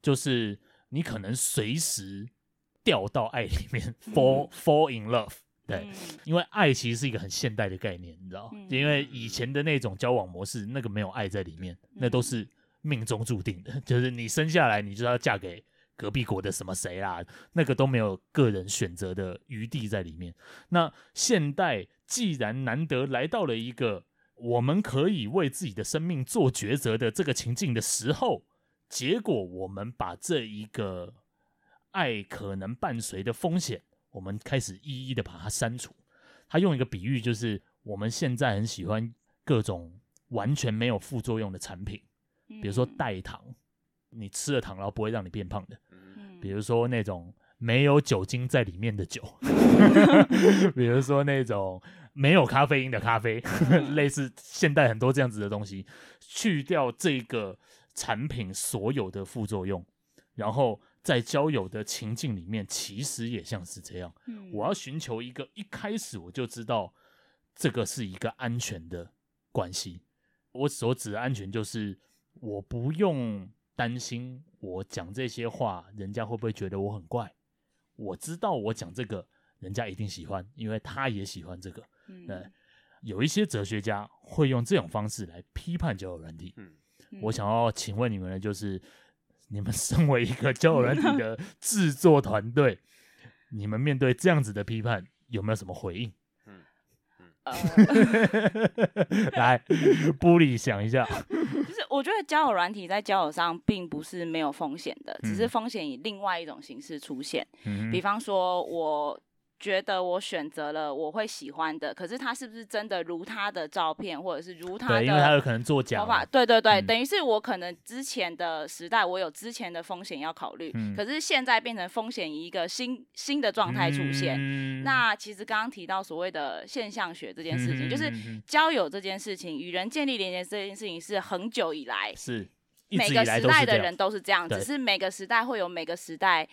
B: 就是你可能随时掉到爱里面，fall fall in love，对。
C: 嗯
B: 因为爱其实是一个很现代的概念，你知道？
C: 嗯
B: 因为以前的那种交往模式，那个没有爱在里面，那都是命中注定的， [LAUGHS] 就是你生下来你就要嫁给隔壁国的什么谁啦，那个都没有个人选择的余地在里面。那现代既然难得来到了一个我们可以为自己的生命做抉择的这个情境的时候，结果我们把这一个爱可能伴随的风险，我们开始一一的把它删除。他用一个比喻，就是我们现在很喜欢各种完全没有副作用的产品，比如说
C: 嗯
B: 代糖，你吃了糖然后不会让你变胖的，
C: 嗯
B: 比如说那种没有酒精在里面的
C: [LAUGHS]
B: 酒，比如说那种没有咖啡因的咖啡，[LAUGHS]
C: 嗯
B: 类似现代很多这样子的东西，去掉这个产品所有的副作用，然后在交友的情境里面，其实也像是这样。
C: 嗯
B: 我要寻求一个一开始我就知道这个是一个安全的关系。我所指的安全就是我不用担心我讲这些话，人家会不会觉得我很怪？我知道我讲这个，人家一定喜欢，因为他也喜欢这个。
C: 嗯
B: 对，有一些哲学家会用这种方式来批判交友软体。
D: 嗯
B: 我想要请问你们的就是，你们身为一个交友软体
C: [LAUGHS]
B: 的制作团队，你们面对这样子的批判有没有什么回应？ [LAUGHS]
C: 呃， [LAUGHS]
B: 来，布里想一下，
C: 就是我觉得交友软体在交友上并不是没有风险的，只是
B: 嗯
C: 风险以另外一种形式出现。
B: 嗯
C: 比方说，我觉得我选择了我会喜欢的，可是他是不是真的如他的照片，或者是如他
B: 对，因为他有
C: 的
B: 可能作假
C: 头
B: 嘛
C: 发？，对对对，
B: 嗯
C: 等于是我可能之前的时代，我有之前的风险要考虑，
B: 嗯
C: 可是现在变成风险以一个新新的状态出现。
B: 嗯
C: 那其实刚刚提到所谓的现象学这件事情，就是
B: 嗯嗯嗯嗯
C: 交友这件事情，与人建立连接这件事情是很久以来
B: 是一
C: 每
B: 直以
C: 个
B: 来
C: 时
B: 都是
C: 代
B: 这
C: 的
B: 样
C: 人，都是这样，
B: 对
C: 只是每个时代会有每个时代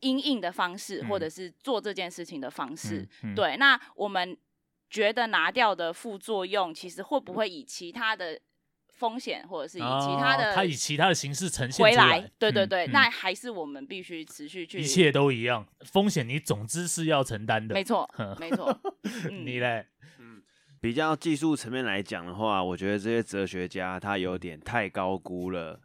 C: 因应的方式，
B: 嗯
C: 或者是做这件事情的方式。
B: 嗯，
C: 对，那我们觉得拿掉的副作用，其实会不会以其他的风险，或者是以
B: 哦
C: 其他的
B: 他以其他的形式呈现
C: 回
B: 出
C: 来？对对
B: 嗯
C: 对，
B: 嗯
C: 那还是我们必须持续去
B: 一。切都一样，风险你总之是要承担的。，
C: 没错没错。
B: [LAUGHS]
C: 嗯
B: 你嘞，
D: [LAUGHS] 比较技术层面来讲的话，我觉得这些哲学家他有点太高估了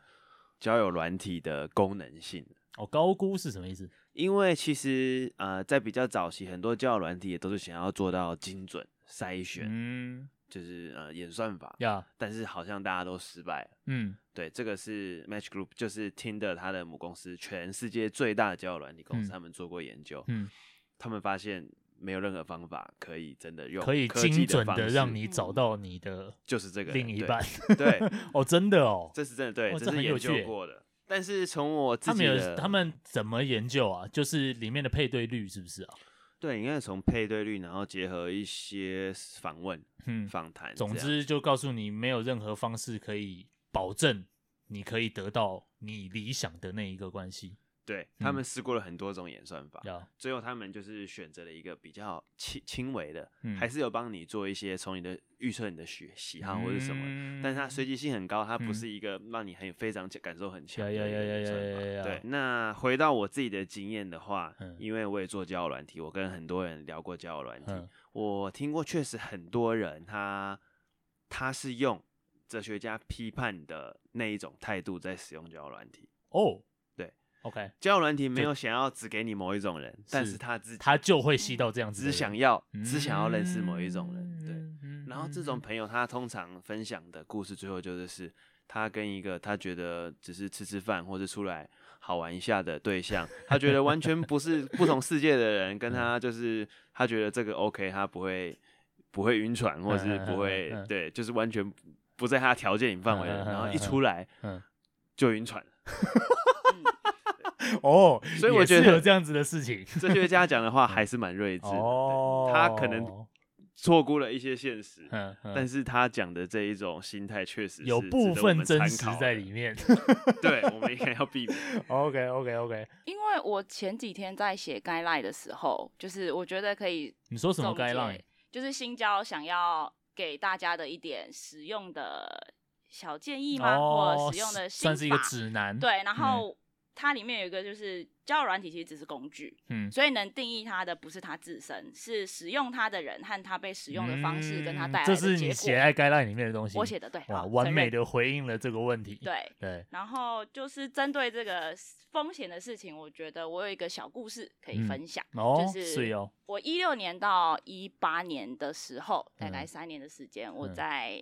D: 交友软体的功能性。
B: 哦，高估是什么意思？
D: 因为其实呃，在比较早期，很多交友软体也都是想要做到精准筛选，
B: 嗯
D: 就是呃演算法，
B: 呀，
D: 但是好像大家都失败了。
B: 嗯
D: 对，这个是 Match Group，就是 Tinder 它的母公司，全世界最大的交友软体公司，
B: 嗯
D: 他们做过研究，
B: 嗯，
D: 他们发现没有任何方法可以真的用
B: 可以
D: 科技
B: 精准
D: 方
B: 的
D: 式
B: 让你找到你的
D: 就是这个人
B: 另一
D: 对
B: 半。 [LAUGHS]
D: 对，
B: 哦，真的哦，
D: 这是真的，对，
B: 哦这
D: 这是
B: 很有
D: 研
B: 趣耶
D: 究过的。但是从我自
B: 他
D: 己
B: 们
D: 的，
B: 有他们怎么研究啊？就是里面的配对率是不是啊？
D: 对，应该是从配对率，然后结合一些访问、
B: 嗯，
D: 访谈这样，
B: 总之就告诉你，没有任何方式可以保证你可以得到你理想的那一个关系。
D: 对他
B: 嗯
D: 们试过了很多种演算法，
B: 呀，
D: 最后他们就是选择了一个比较轻轻微的，
B: 嗯
D: 还是有帮你做一些从你的预测你的喜喜好或者什么的，
B: 么
D: 但是它随机性很高，它不
B: 嗯
D: 是一个让你很非常感受很强
B: 呀
D: 的一
B: 呀
D: 个
B: 呀呀
D: 演
B: 呀
D: 算
B: 呀呀呀
D: 法。对，那回到我自己的经验的话
B: 嗯，
D: 因为我也做交友软体，我跟很多人聊过交友软体，
B: 嗯
D: 我听过确实很多人他他是用哲学家批判的那一种态度在使用交友软体。
B: 哦，
D: 对
B: ，OK， [LAUGHS]
D: 交友软体没
B: 就
D: 有想要只给你某一种人，但
B: 是
D: 是他自己
B: 他就会吸到这样子的
D: 只
B: 人，
D: 想要只想要认识某一种人，对。
B: 对
D: 然后这种朋友，他通常分享的故事最后就是是，他跟一个他觉得只是吃吃饭或者出来好玩一下的对象，他觉得完全不是不同世界的人，
B: 嗯
D: 跟他就是他觉得这个 OK，他不会不会晕船，或者是不会
B: 嗯嗯嗯嗯
D: 对，就是完全不在他条件范围的
B: 嗯
D: 人，
B: 嗯嗯
D: 然后一出来
B: 嗯
D: 就晕船。
B: 哦，
D: 所以我
B: 也是
D: 觉得
B: 有这样子的事情
D: 哲学家讲的
B: 嗯
D: 话还是蛮睿智的，
B: 哦
D: 对，他可能错估了一些现实。
B: 嗯，嗯
D: 但是他讲的这一种心态确实
B: 有
D: 是值
B: 部
D: 得我
B: 分
D: 们
B: 真
D: 参
B: 实
D: 考
B: 在
D: 的
B: 里 [LAUGHS]
D: [LAUGHS]
B: 面。
D: 对，我们应该要避免。
B: OK OK OK，
C: 因为我前几天在写 guideline 的时候，就是我觉得可以
B: 你说什么
C: 总结
B: guideline？
C: 就是新交想要给大家的一点实用的小建议吗？
B: 哦
C: 或，实用的心
B: 算是一个
C: 法
B: 指嗯南。，
C: 对，然后它里面有一个就是交友软体其实只是工具，
B: 嗯，
C: 所以能定义它的不是它自身，是使用它的人和它被使用的方式跟它带来
B: 嗯这
C: 的
B: 是
C: 结
B: 你
C: 果
B: 写在 guideline 里面的东西。
C: 我写的对，
B: 哇，
C: 好
B: 完美。
C: 承认
B: 的回应了这个问题。
C: 对，
B: 对，
C: 然后就是针对这个风险的事情，我觉得我有一个小故事可以
B: 嗯
C: 分享。
B: 哦，
C: 就是
B: 是哦，
C: 我一六年到一八年的时候，大概
B: 嗯
C: 三年的时间，我
B: 嗯
C: 在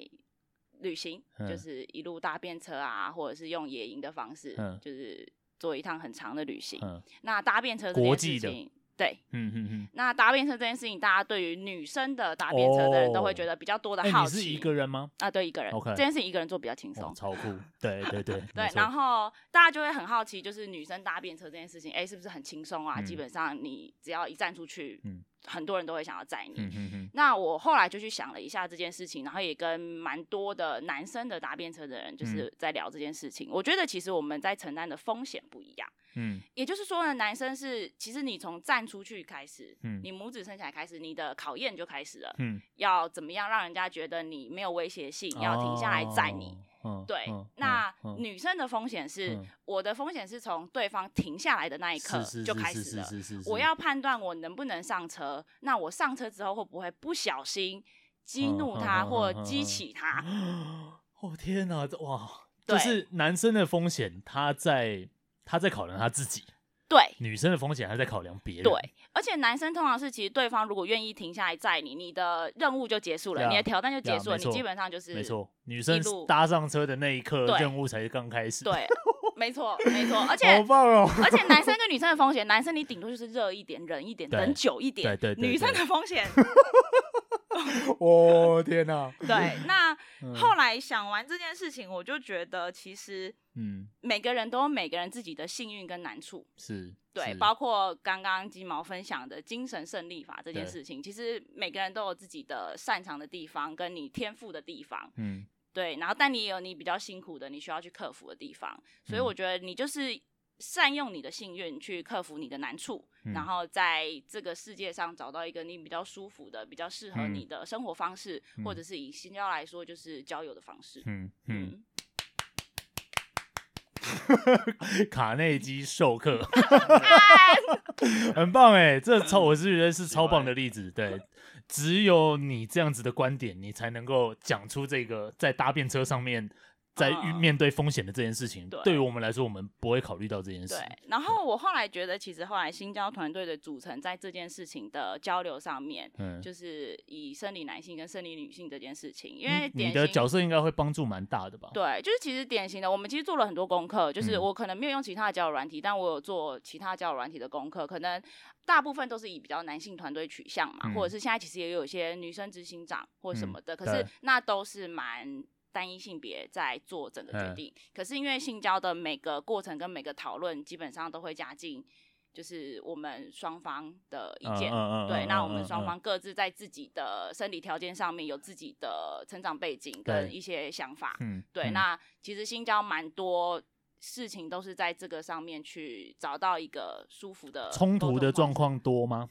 C: 旅行，
B: 嗯
C: 就是一路搭便车啊，或者是用野营的方式，
B: 嗯
C: 就是做一趟很长的旅行。
B: 嗯，
C: 那搭便车这
B: 国
C: 件
B: 际
C: 事
B: 的
C: 情，对，
B: 嗯嗯嗯。
C: 那搭便车这件事情，大家对于女生的搭便车的人都会觉得比较多的
B: 哎、
C: 好
B: 你
C: 奇。
B: 是一个人吗？
C: 啊，对，一个人
B: OK
C: 这件事情一个人做比较轻
B: 哇，
C: 松。
B: 超酷！对对对
C: [LAUGHS] 对
B: 没，错
C: 然后大家就会很好奇，就是女生搭便车这件事情，哎，是不是很轻松啊？
B: 嗯
C: 基本上你只要一站出去，
B: 嗯
C: 很多人都会想要载你。
B: 嗯嗯嗯，
C: 那我后来就去想了一下这件事情，然后也跟蛮多的男生的搭便车的
B: 嗯
C: 人，就是在聊这件事情。我觉得其实我们在承担的风险不一样，
B: 嗯
C: 也就是说呢，男生是其实你从站出去开始，
B: 嗯
C: 你拇指伸起来开始，你的考验就开始了，
B: 嗯，
C: 要怎么样让人家觉得你没有威胁性，要停下来载你。
B: 哦。嗯，
C: 对，
B: 嗯
C: 那
B: 嗯嗯
C: 女生的风险是，
B: 嗯
C: 我的风险是从对方停下来的那一刻
B: 是是
C: 就是开
B: 是
C: 始了。
B: 是是是
C: 我要判断我能不能上车，那我上车之后会不会不小心激怒
B: 嗯
C: 他
B: 嗯嗯
C: 或
B: 嗯嗯
C: 激起他？
B: 哦天哪，这哇，
C: 对
B: 就是男生的风险，他在他在考量他自己；
C: 对
B: 女生的风险，他在考量别人。
C: 对，而且男生通常是，其实对方如果愿意停下来载你，你的任务就结束了，
B: 呀
C: 你的挑战就结束
B: 呀没
C: 了，你
B: 错
C: 基本上就是
B: 没错，女生
C: 一路
B: 搭上车的那一刻，
C: 对
B: 任务才刚开始。，
C: 对，没错，没
B: [LAUGHS]
C: 错，而且
B: 好棒哦！
C: [LAUGHS] 而且男生跟女生的风险，男生你顶多就是热一点、冷一
B: [LAUGHS]
C: 点、
B: 对
C: 等久一点。
B: 对对对
C: 女生的风险，
B: 哦天哪，
C: [LAUGHS] 对。那
B: 嗯
C: 后来想完这件事情，我就觉得其实
B: 嗯，
C: 每个人都有每个人自己的幸运跟难处。
B: 是，
C: 对，
B: 是
C: 包括刚刚金毛分享的精神胜利法这件事情，其实每个人都有自己的擅长的地方，跟你天赋的地方。
B: 嗯
C: 对，然后但你也有你比较辛苦的，你需要去克服的地方，所以我
B: 嗯
C: 觉得你就是善用你的幸运去克服你的难处，
B: 嗯
C: 然后在这个世界上找到一个你比较舒服的、比较适合你的生活方式，或
B: 嗯
C: 者是以新交来说就是交友的方式。
B: 嗯嗯，
C: 嗯，
B: [LAUGHS] 卡内基授
C: [LAUGHS]
B: 课。
C: 哎
B: 很棒哎、这超我是觉得是超棒的例子。对，只有你这样子的观点，你才能够讲出这个在搭便车上面，在遇
C: 嗯
B: 面对风险的这件事情。
C: 对
B: 对于我们来说，我们不会考虑到这件事
C: 对。，然后我后来觉得，其实后来新交团队的组成在这件事情的交流上面，
B: 嗯，
C: 就是以生理男性跟生理女性这件事情，因为
B: 嗯你
C: 典
B: 你的
C: 型
B: 角色应该会帮助蛮大的吧？
C: 对，就是其实典型的，我们其实做了很多功课，就是
B: 哦嗯
C: 我可能没有用其他的交友软体，但我有做其他交友软体的功课，可能大部分都是以比较男性团队取向嘛，
B: 嗯
C: 或者是现在其实也有一些女生执行长或什
B: 嗯
C: 么的，可
B: 对
C: 是那都是蛮。单一性别在做整个决
B: 嗯
C: 定，可是因为性交的每个过程跟每个讨论，基本上都会加进就是我们双方的意
B: 嗯，
C: 见，
B: 嗯嗯
C: 对，
B: 嗯
C: 那
B: 嗯
C: 我们
B: 嗯
C: 双
B: 嗯
C: 方各自在自己的生理条件上面有自己的成长背景
B: 对
C: 跟一些想法。
B: 嗯，
C: 对，
B: 嗯
C: 那其实新交蛮多事情都是在这个上面去找到一个舒服的
B: 冲
C: 沟
B: 突
C: 通
B: 的
C: 方
B: 状
C: 式。
B: 况多吗？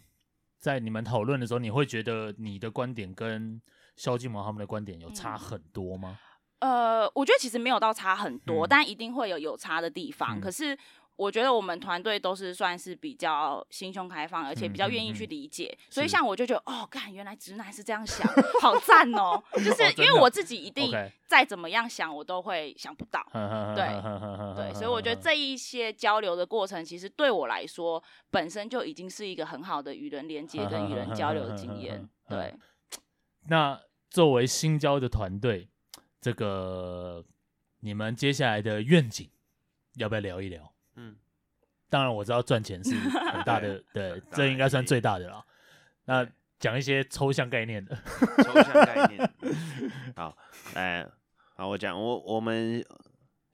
B: 在你们讨论的时候，你会觉得你的观点跟萧敬腾他们的观点有差
C: 嗯
B: 很多
C: [LAUGHS]
B: 吗？
C: 呃，我觉得其实没有到差很多，
B: 嗯
C: 但一定会有有差的地方。
B: 嗯
C: 可是我觉得我们团队都是算是比较心胸开放，而且比较愿意去
B: 嗯嗯嗯
C: 理解。所以
B: 是
C: 像我就觉得，哦，干，原来直男是这样想，好赞
B: [LAUGHS]
C: 哦！就是
B: 哦
C: 因
B: 真
C: 为
B: 的
C: 我自己一定
B: OK
C: 再怎么样想，我都会想不到。对
B: 对。
C: 对，所以我觉得这一些交流的过程，其实对我来说，本身就已经是一个很好的与人连接跟与人交流的经验对，
B: 那作为新交的团队，这个你们接下来的愿景要不要聊一聊？
D: 嗯，
B: 当然我知道赚钱是很大
C: [LAUGHS]
B: 的，对，
D: 当
B: 这
D: 然
B: 应该算
D: 一定
B: 最大的了。那讲一些抽象概念的，
D: [LAUGHS]
B: [LAUGHS]
D: 抽象概念。好，来，好，我讲，我我们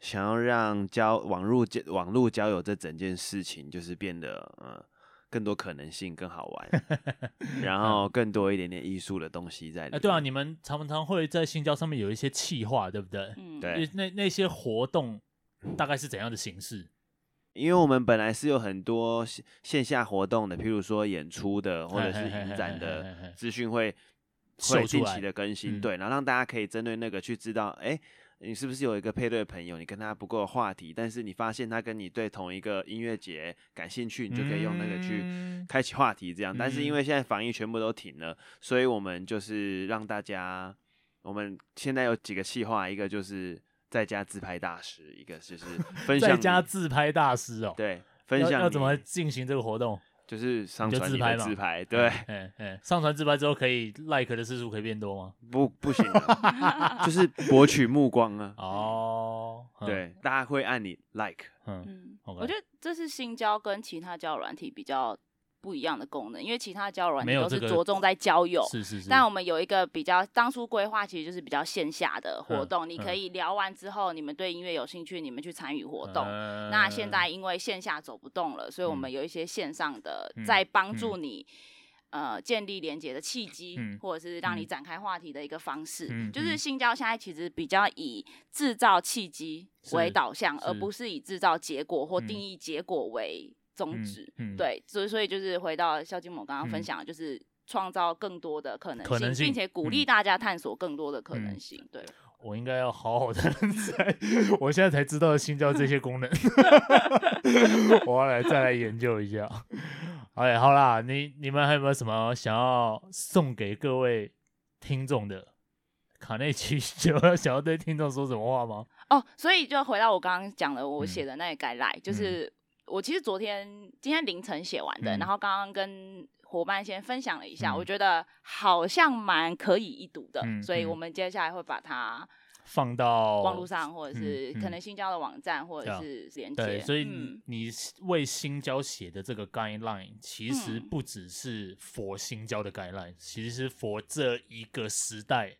D: 想要让交网络交网络交友这整件事情，就是变得呃更多可能性，更好
B: [LAUGHS]
D: 玩，然后更多一点点艺术的东西在里面。
B: 嗯哎，对
C: 嗯
B: 啊，你们常常会在新交上面有一些企划，对不对？
C: 嗯，
D: 对
B: 那那那些活动大概是怎样的形式？
D: 因为我们本来是有很多线线下活动的，譬如说演出的或者是
B: 嘿嘿嘿
D: 影
B: 嘿嘿
D: 展
B: 嘿
D: 的
B: 嘿
D: 资讯会
B: 秀
D: 会
B: 出
D: 定
B: 来
D: 期的更新，
B: 嗯
D: 对，然后让大家可以针对那个去知道，哎，你是不是有一个配对的朋友，你跟他不够有话题，但是你发现他跟你对同一个音乐节感兴趣，你就可以用那个去
B: 嗯
D: 开启话题这样。但是
B: 嗯
D: 因为现在防疫全部都停了，所以我们就是让大家，我们现在有几个计划，一个就是在家自拍大师，一个就是分享
B: 在家
D: 你
B: 自拍大师哦，，
D: 对，分享
B: 要要怎
D: 你
B: 么进行这个活动？
D: 就是上
B: 你就
D: 传
B: 自
D: 你
B: 拍
D: 的
B: 嘛
D: 自拍，对，
B: 哎哎，上传自拍之后可以 like 的次数可以变多吗？
D: 不不行啊，就是博取目光啊，
B: 哦，嗯，
D: 对，大家会按你 like，
B: 嗯，
C: 嗯，
B: OK
C: 我觉得这是新交跟其他交友软体比较不一样的功能，因为其他交友软
B: 没
C: 件
B: 有
C: 都
B: 这
C: 是
B: 个
C: 着重在交友，
B: 是是是，
C: 但我们有一个比较当初规划，其实就是比较线下的活
B: 嗯
C: 动，你可
B: 嗯
C: 以聊完之后，你们对音乐有兴趣，你们去参与活动。
B: 呃
C: 那现在因为线下走不动了，所以我们
B: 嗯
C: 有一些线上的
B: 嗯
C: 在帮助你。呃，建立连接的契机，
B: 嗯
C: 或者是让你
B: 嗯
C: 展开话题的一个方式，
B: 嗯
C: 就是
B: 嗯
C: 性交现在其实比较以制造契机为
B: 是
C: 导向，而
B: 是
C: 不是以制造结果或定
B: 嗯
C: 义结果为宗
B: 嗯
C: 旨。
B: 嗯
C: 对，所以所以就是回到萧敬猛刚刚分
B: 嗯
C: 享的，就是创造更多的可能性，
B: 可能
C: 并
B: 性
C: 且鼓励
B: 嗯
C: 大家探索更多的可
B: 嗯
C: 能性。对，
B: 我应该要好好的在， [LAUGHS] 我现在才知道新交这些功能， [LAUGHS] 我要来再来研究一下。哎，好啦，你你们还有没有什么想要送给各位听众的？卡内奇有想要对听众说什么话吗？
C: 哦，所以就回到我刚刚讲的，我
B: 嗯
C: 写的那个概赖，就
B: 嗯
C: 是我其实昨天今天凌晨写完的，
B: 嗯
C: 然后刚刚跟伙伴先分享了一下，
B: 嗯
C: 我觉得好像蛮可以一读的，
B: 嗯
C: 所以
B: 嗯
C: 我们接下来会把它
B: 放到
C: 网络上，或者是
B: 嗯
C: 可能新交的网站，或
B: 对
C: 者
B: 啊
C: 是连接。
B: 对，所以
C: 嗯
B: 你你为新交写的这个 guideline，其实
C: 嗯
B: 不只是 for 新交的 guideline，其实是 for 这一个时代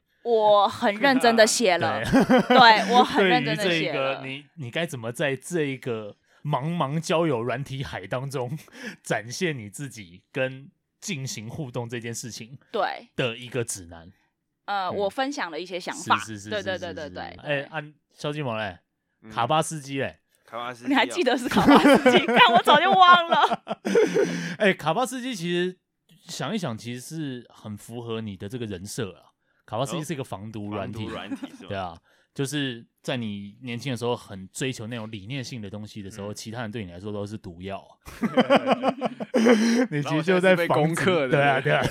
B: [LAUGHS]
C: 我很认真的写了，对我很认真的
B: 对于
C: 写
B: 这个
C: 了，
B: 你你该怎么在这一个茫茫交友软体海当中 [LAUGHS] 展现你自己跟进行互动这件事情
C: 对。
B: 的一个指南？
C: 呃，
B: 嗯
C: 我分享了一些想
B: 是
C: 法，
B: 是是是，
C: 对对
B: 是
C: 对对
B: 是
C: 对。
B: 哎，
C: 对
B: 按萧敬腾嘞，
D: 嗯
B: 卡巴斯基嘞，
D: 卡巴斯基哦，
C: [LAUGHS] 你还记得是考巴斯基？但我早就忘了。 [LAUGHS]
B: [LAUGHS] 哎，卡巴斯基其实想一想，其实是很符合你的这个人设啊。卡巴斯基
D: 哦
B: 是一个防毒
D: 防
B: 软
D: 毒
B: 体，
D: 软体是
B: 对
D: 吧？
B: 啊，就是在你年轻的时候很追求那种理念性的东西的时候，
D: 嗯
B: 其他人对你来说都是毒
D: [LAUGHS]
B: 药啊。你
D: 其实就在防止
B: 对啊，对
D: 对
B: 啊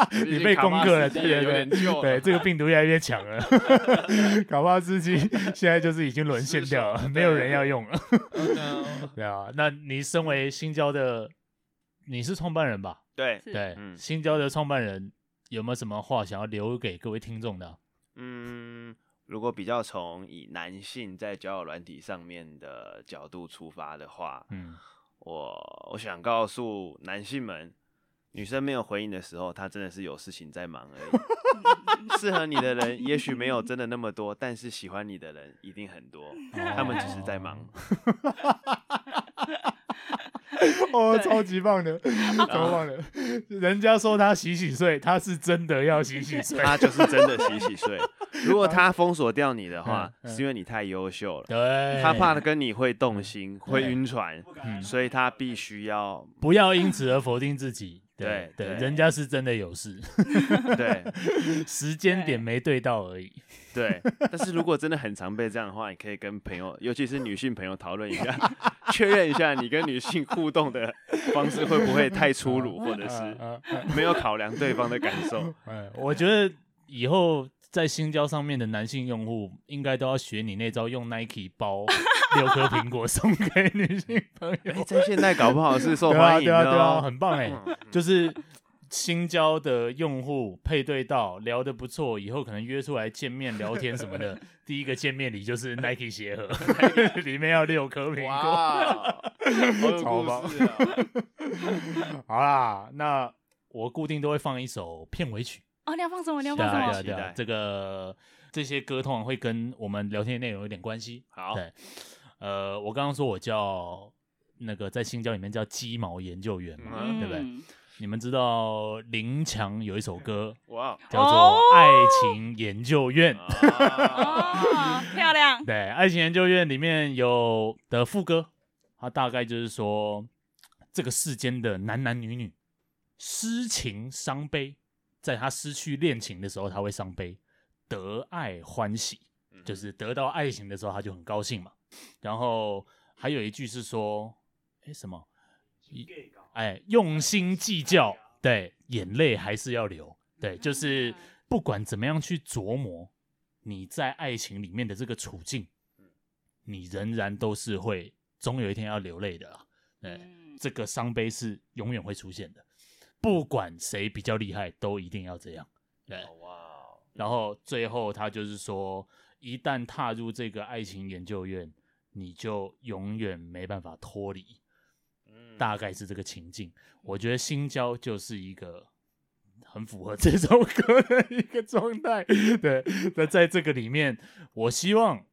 D: 啊，
B: 你被攻克了，对
D: 有
B: 对
D: 点
B: 对。
D: 旧了，
B: 对，这个病毒越来越强了， [LAUGHS] 搞不好自己现在就是已经沦陷掉
D: 失手
B: 了，
D: 了
B: 没有人要用了。
D: 对
B: [LAUGHS] 对啊，那你身为新交的，你是创办人吧？
D: 对，
C: 是
B: 对，
D: 嗯
B: 新交的创办人有没有什么话想要留给各位听众的啊？
D: 嗯，如果比较从以男性在交友软体上面的角度出发的话，
B: 嗯，
D: 我我想告诉男性们，女生没有回应的时候，她真的是有事情在忙而已。适合你的人也许没有真的那么多，但是喜欢你的人一定很多，他们只是在忙。
B: [LAUGHS] 哦，
C: 对
B: 超级棒
D: [LAUGHS]
B: 的，超棒的！人家说他洗洗睡，他是真的要洗洗睡。
D: 他就是真的洗
B: [LAUGHS]
D: 洗睡。如果他封锁掉你的话，
B: 嗯嗯
D: 是因为你太优秀了，
B: 对，
D: 他怕跟你会动心、会晕船，
E: 不敢
B: 嗯
D: 所以他必须
B: [LAUGHS]
D: 要
B: 不要因此而否定自
D: [LAUGHS]
B: 己。对
D: 对
B: 对，
D: 对
B: 人家是真的有事，
D: [LAUGHS] 对
B: 时间点没对到而已。
D: 对。但是如果真的很常被这样的话，你可以跟朋友，尤其是女性朋友讨论
B: [LAUGHS]
D: 一下，确认一下你跟女性互动的方式会不会太粗鲁，或者是
B: 嗯嗯嗯
D: 没有考量对方的感
B: [LAUGHS]
D: 受。
B: 嗯，我觉得以后在新交上面的男性用户，应该都要学你那招，用 Nike
D: [LAUGHS]
B: 包六颗苹果送给女性朋友。
D: 哎，在现代搞不好是受
B: 对啊，
D: 欢迎
B: 对
D: 的
B: 啊，对啊，
D: 哦。
B: 很棒哎、
D: 嗯
B: 就是新交的用户配对到聊得不错，以后可能约出来见面聊天什么
D: [LAUGHS]
B: 的，第一个见面礼就是 Nike 鞋盒， [LAUGHS] 里面要六颗苹果。
D: 哇，
B: 啊超
D: 好有
B: 棒
D: 故事啊！
B: [LAUGHS] 好啦，那我固定都会放一首片尾曲，
C: 哦，你要放什么？你要
B: 对
C: 放什
B: 啊，对啊，
C: 么？
B: 对
D: 期
B: 啊
D: 待，
B: 这个这些歌通常会跟我们聊天内容有点关系。
D: 好，
B: 对，呃，我刚刚说我叫那个在新交里面叫鸡毛研究员嘛，
D: 嗯
B: 对不对？
C: 嗯
B: 你们知道林强有一首歌
D: 哇，
B: 叫做
C: 哦
B: 《爱情研究院》。
E: [LAUGHS]
D: 啊
B: [LAUGHS]
C: 哦，漂亮。
B: 对，《爱情研究院》里面有的副歌，它大概就是说，这个世间的男男女女，诗情伤悲，在他失去恋情的时候，他会伤悲；得爱欢喜，就是得到爱情的时候，他就很高兴嘛。然后还有一句是说，哎，什么？
E: gay 搞
B: 哎，用心计较，对，眼泪还是要流，对，就是不管怎么样去琢磨你在爱情里面的这个处境，你仍然都是会总有一天要流泪的啦，对，
C: 嗯
B: 这个伤悲是永远会出现的，不管谁比较厉害，都一定要这样，对，
D: 哇哦，
B: 然后最后他就是说，一旦踏入这个爱情研究院，你就永远没办法脱离。
E: 嗯，
B: 大概是这个情境。我觉得新交就是一个很符合这首歌的一 [LAUGHS] 个状态。对，那在这个里面，我希望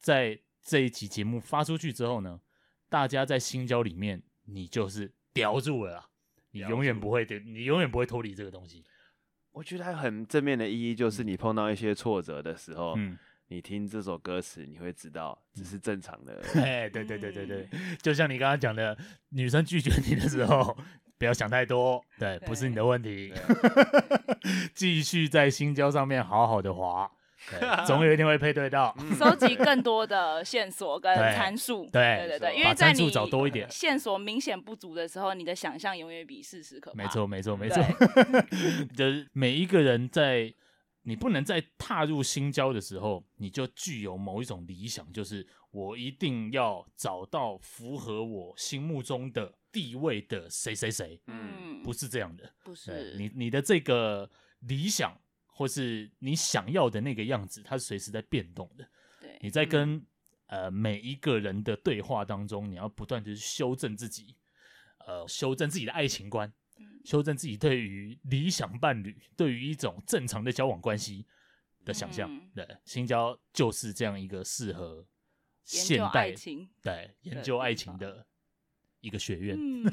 B: 在这一期节目发出去之后呢，大家在新交里面，你就是叼住了啦，你
D: 叼
B: 永远
D: 住
B: 不会丢，你永远不会脱离这个东西。
D: 我觉得它很正面的意义就是，你碰到一些挫折的时候，
B: 嗯，
D: 你听这首歌词，你会知道只是正常的而
B: [LAUGHS]
D: 已。
B: 哎，对对对对对，就像你刚刚讲的，女生拒绝你的时候，不要想太多，对，不是你的问题， [LAUGHS] 继续在新交上面好好的滑，对嗯总有一天会配对到。
C: 收集更多的线索跟
B: 对
C: 参数。
B: 对
C: 对
D: 没
C: 对
D: 错
C: 对，因
B: 把
C: 为在
B: 参数
C: 你
B: 找多一点
C: 线索明显不足的时候，你的想象永远比事实可怕。
B: 没错，没错，没
C: 对，
B: 错， [LAUGHS] 就是每一个人在你不能在踏入新交的时候，你就具有某一种理想，就是我一定要找到符合我心目中的地位的谁谁谁，
C: 嗯，
B: 不是这样的。
C: 不
B: 对
C: 是
B: 你你的这个理想或是你想要的那个样子，它是随时在变动的。
C: 对
B: 你在跟、
C: 嗯
B: 呃每一个人的对话当中，你要不断的去修正自己，呃，修正自己的爱情观，
C: 嗯
B: 修正自己对于理想伴侣、对于一种正常的交往关系的想象。
C: 嗯
B: 对，新交就是这样一个适合
C: 研
B: 现
C: 究
B: 代
C: 爱情。
B: 对研
C: 的
B: 究
C: 地
B: 爱情
C: 方
B: 的一个学院，
C: 嗯，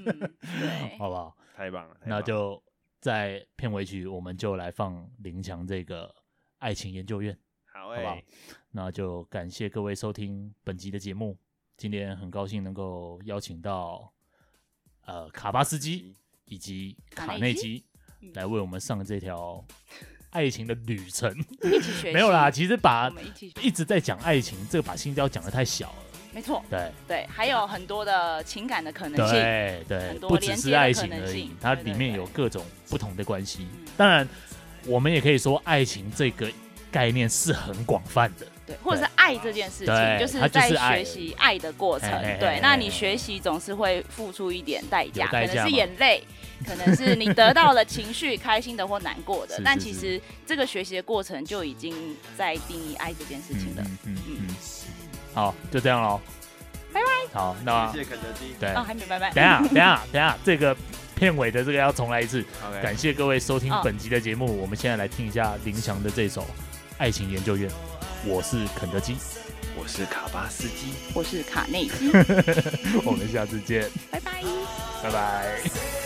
B: [LAUGHS]
C: 对，
B: 好不好？
D: 太棒了，太棒
B: 那
D: 了
B: 就在片尾曲，我们就来放林强这个《爱情研究院》，好
D: 好
B: 不好
D: 哎，？
B: 那就感谢各位收听本集的节目。今天很高兴能够邀请到呃卡巴斯基以及卡内基来为我们上这条爱情的旅程。
C: 一起学习。
B: 没有啦，其实把
C: 我们一起学习，
B: 一直在讲爱情，这个把心交讲的太小了。
C: 没错，
B: 对
C: 对，还有很多的情感的可能性。
B: 对对，
C: 很多
B: 不只
C: 连接
B: 是
C: 的
B: 爱
C: 可
B: 情
C: 能
B: 而已
C: 性，
B: 它
C: 对
B: 里
C: 对
B: 面
C: 对
B: 有各种不同的关系
C: 嗯。
B: 当然，我们也可以说爱情这个概念是很广泛的。
C: 对，或者
B: 对
C: 是爱这件事
B: 对
C: 情，就是
B: 它就
C: 在
B: 是爱
C: 学习爱的过程
B: 嘿嘿嘿。嘿
C: 对，那你学习总是会付出一点代
B: 有
C: 价，可
B: 代价
C: 能是
B: 吗
C: 眼泪，可能是你得到了情绪，开心的或难过的
B: 是。
C: 但
B: 是
C: 其
B: 是
C: 实这个学习的过程就已经在定义爱这件事情了。
B: 嗯嗯嗯，好，就这样喽，拜拜。好，那
D: 谢谢肯德
B: [LAUGHS]
D: 基。
B: 嗯对，
C: 哦，还没拜拜。
B: 等一下等一下等一下，这个片尾的这个要重来一
C: [LAUGHS]
B: 次。
D: OK，
B: 感谢各位收听
C: 哦
B: 本集的节目，我们现在来听一下林强的这首《爱情研究院》。我是肯德
C: [LAUGHS]
B: 基，
D: 我是卡巴斯基。
C: 我是卡内基，
B: 我们下次见，
C: 拜拜。
B: 拜拜。
A: 谁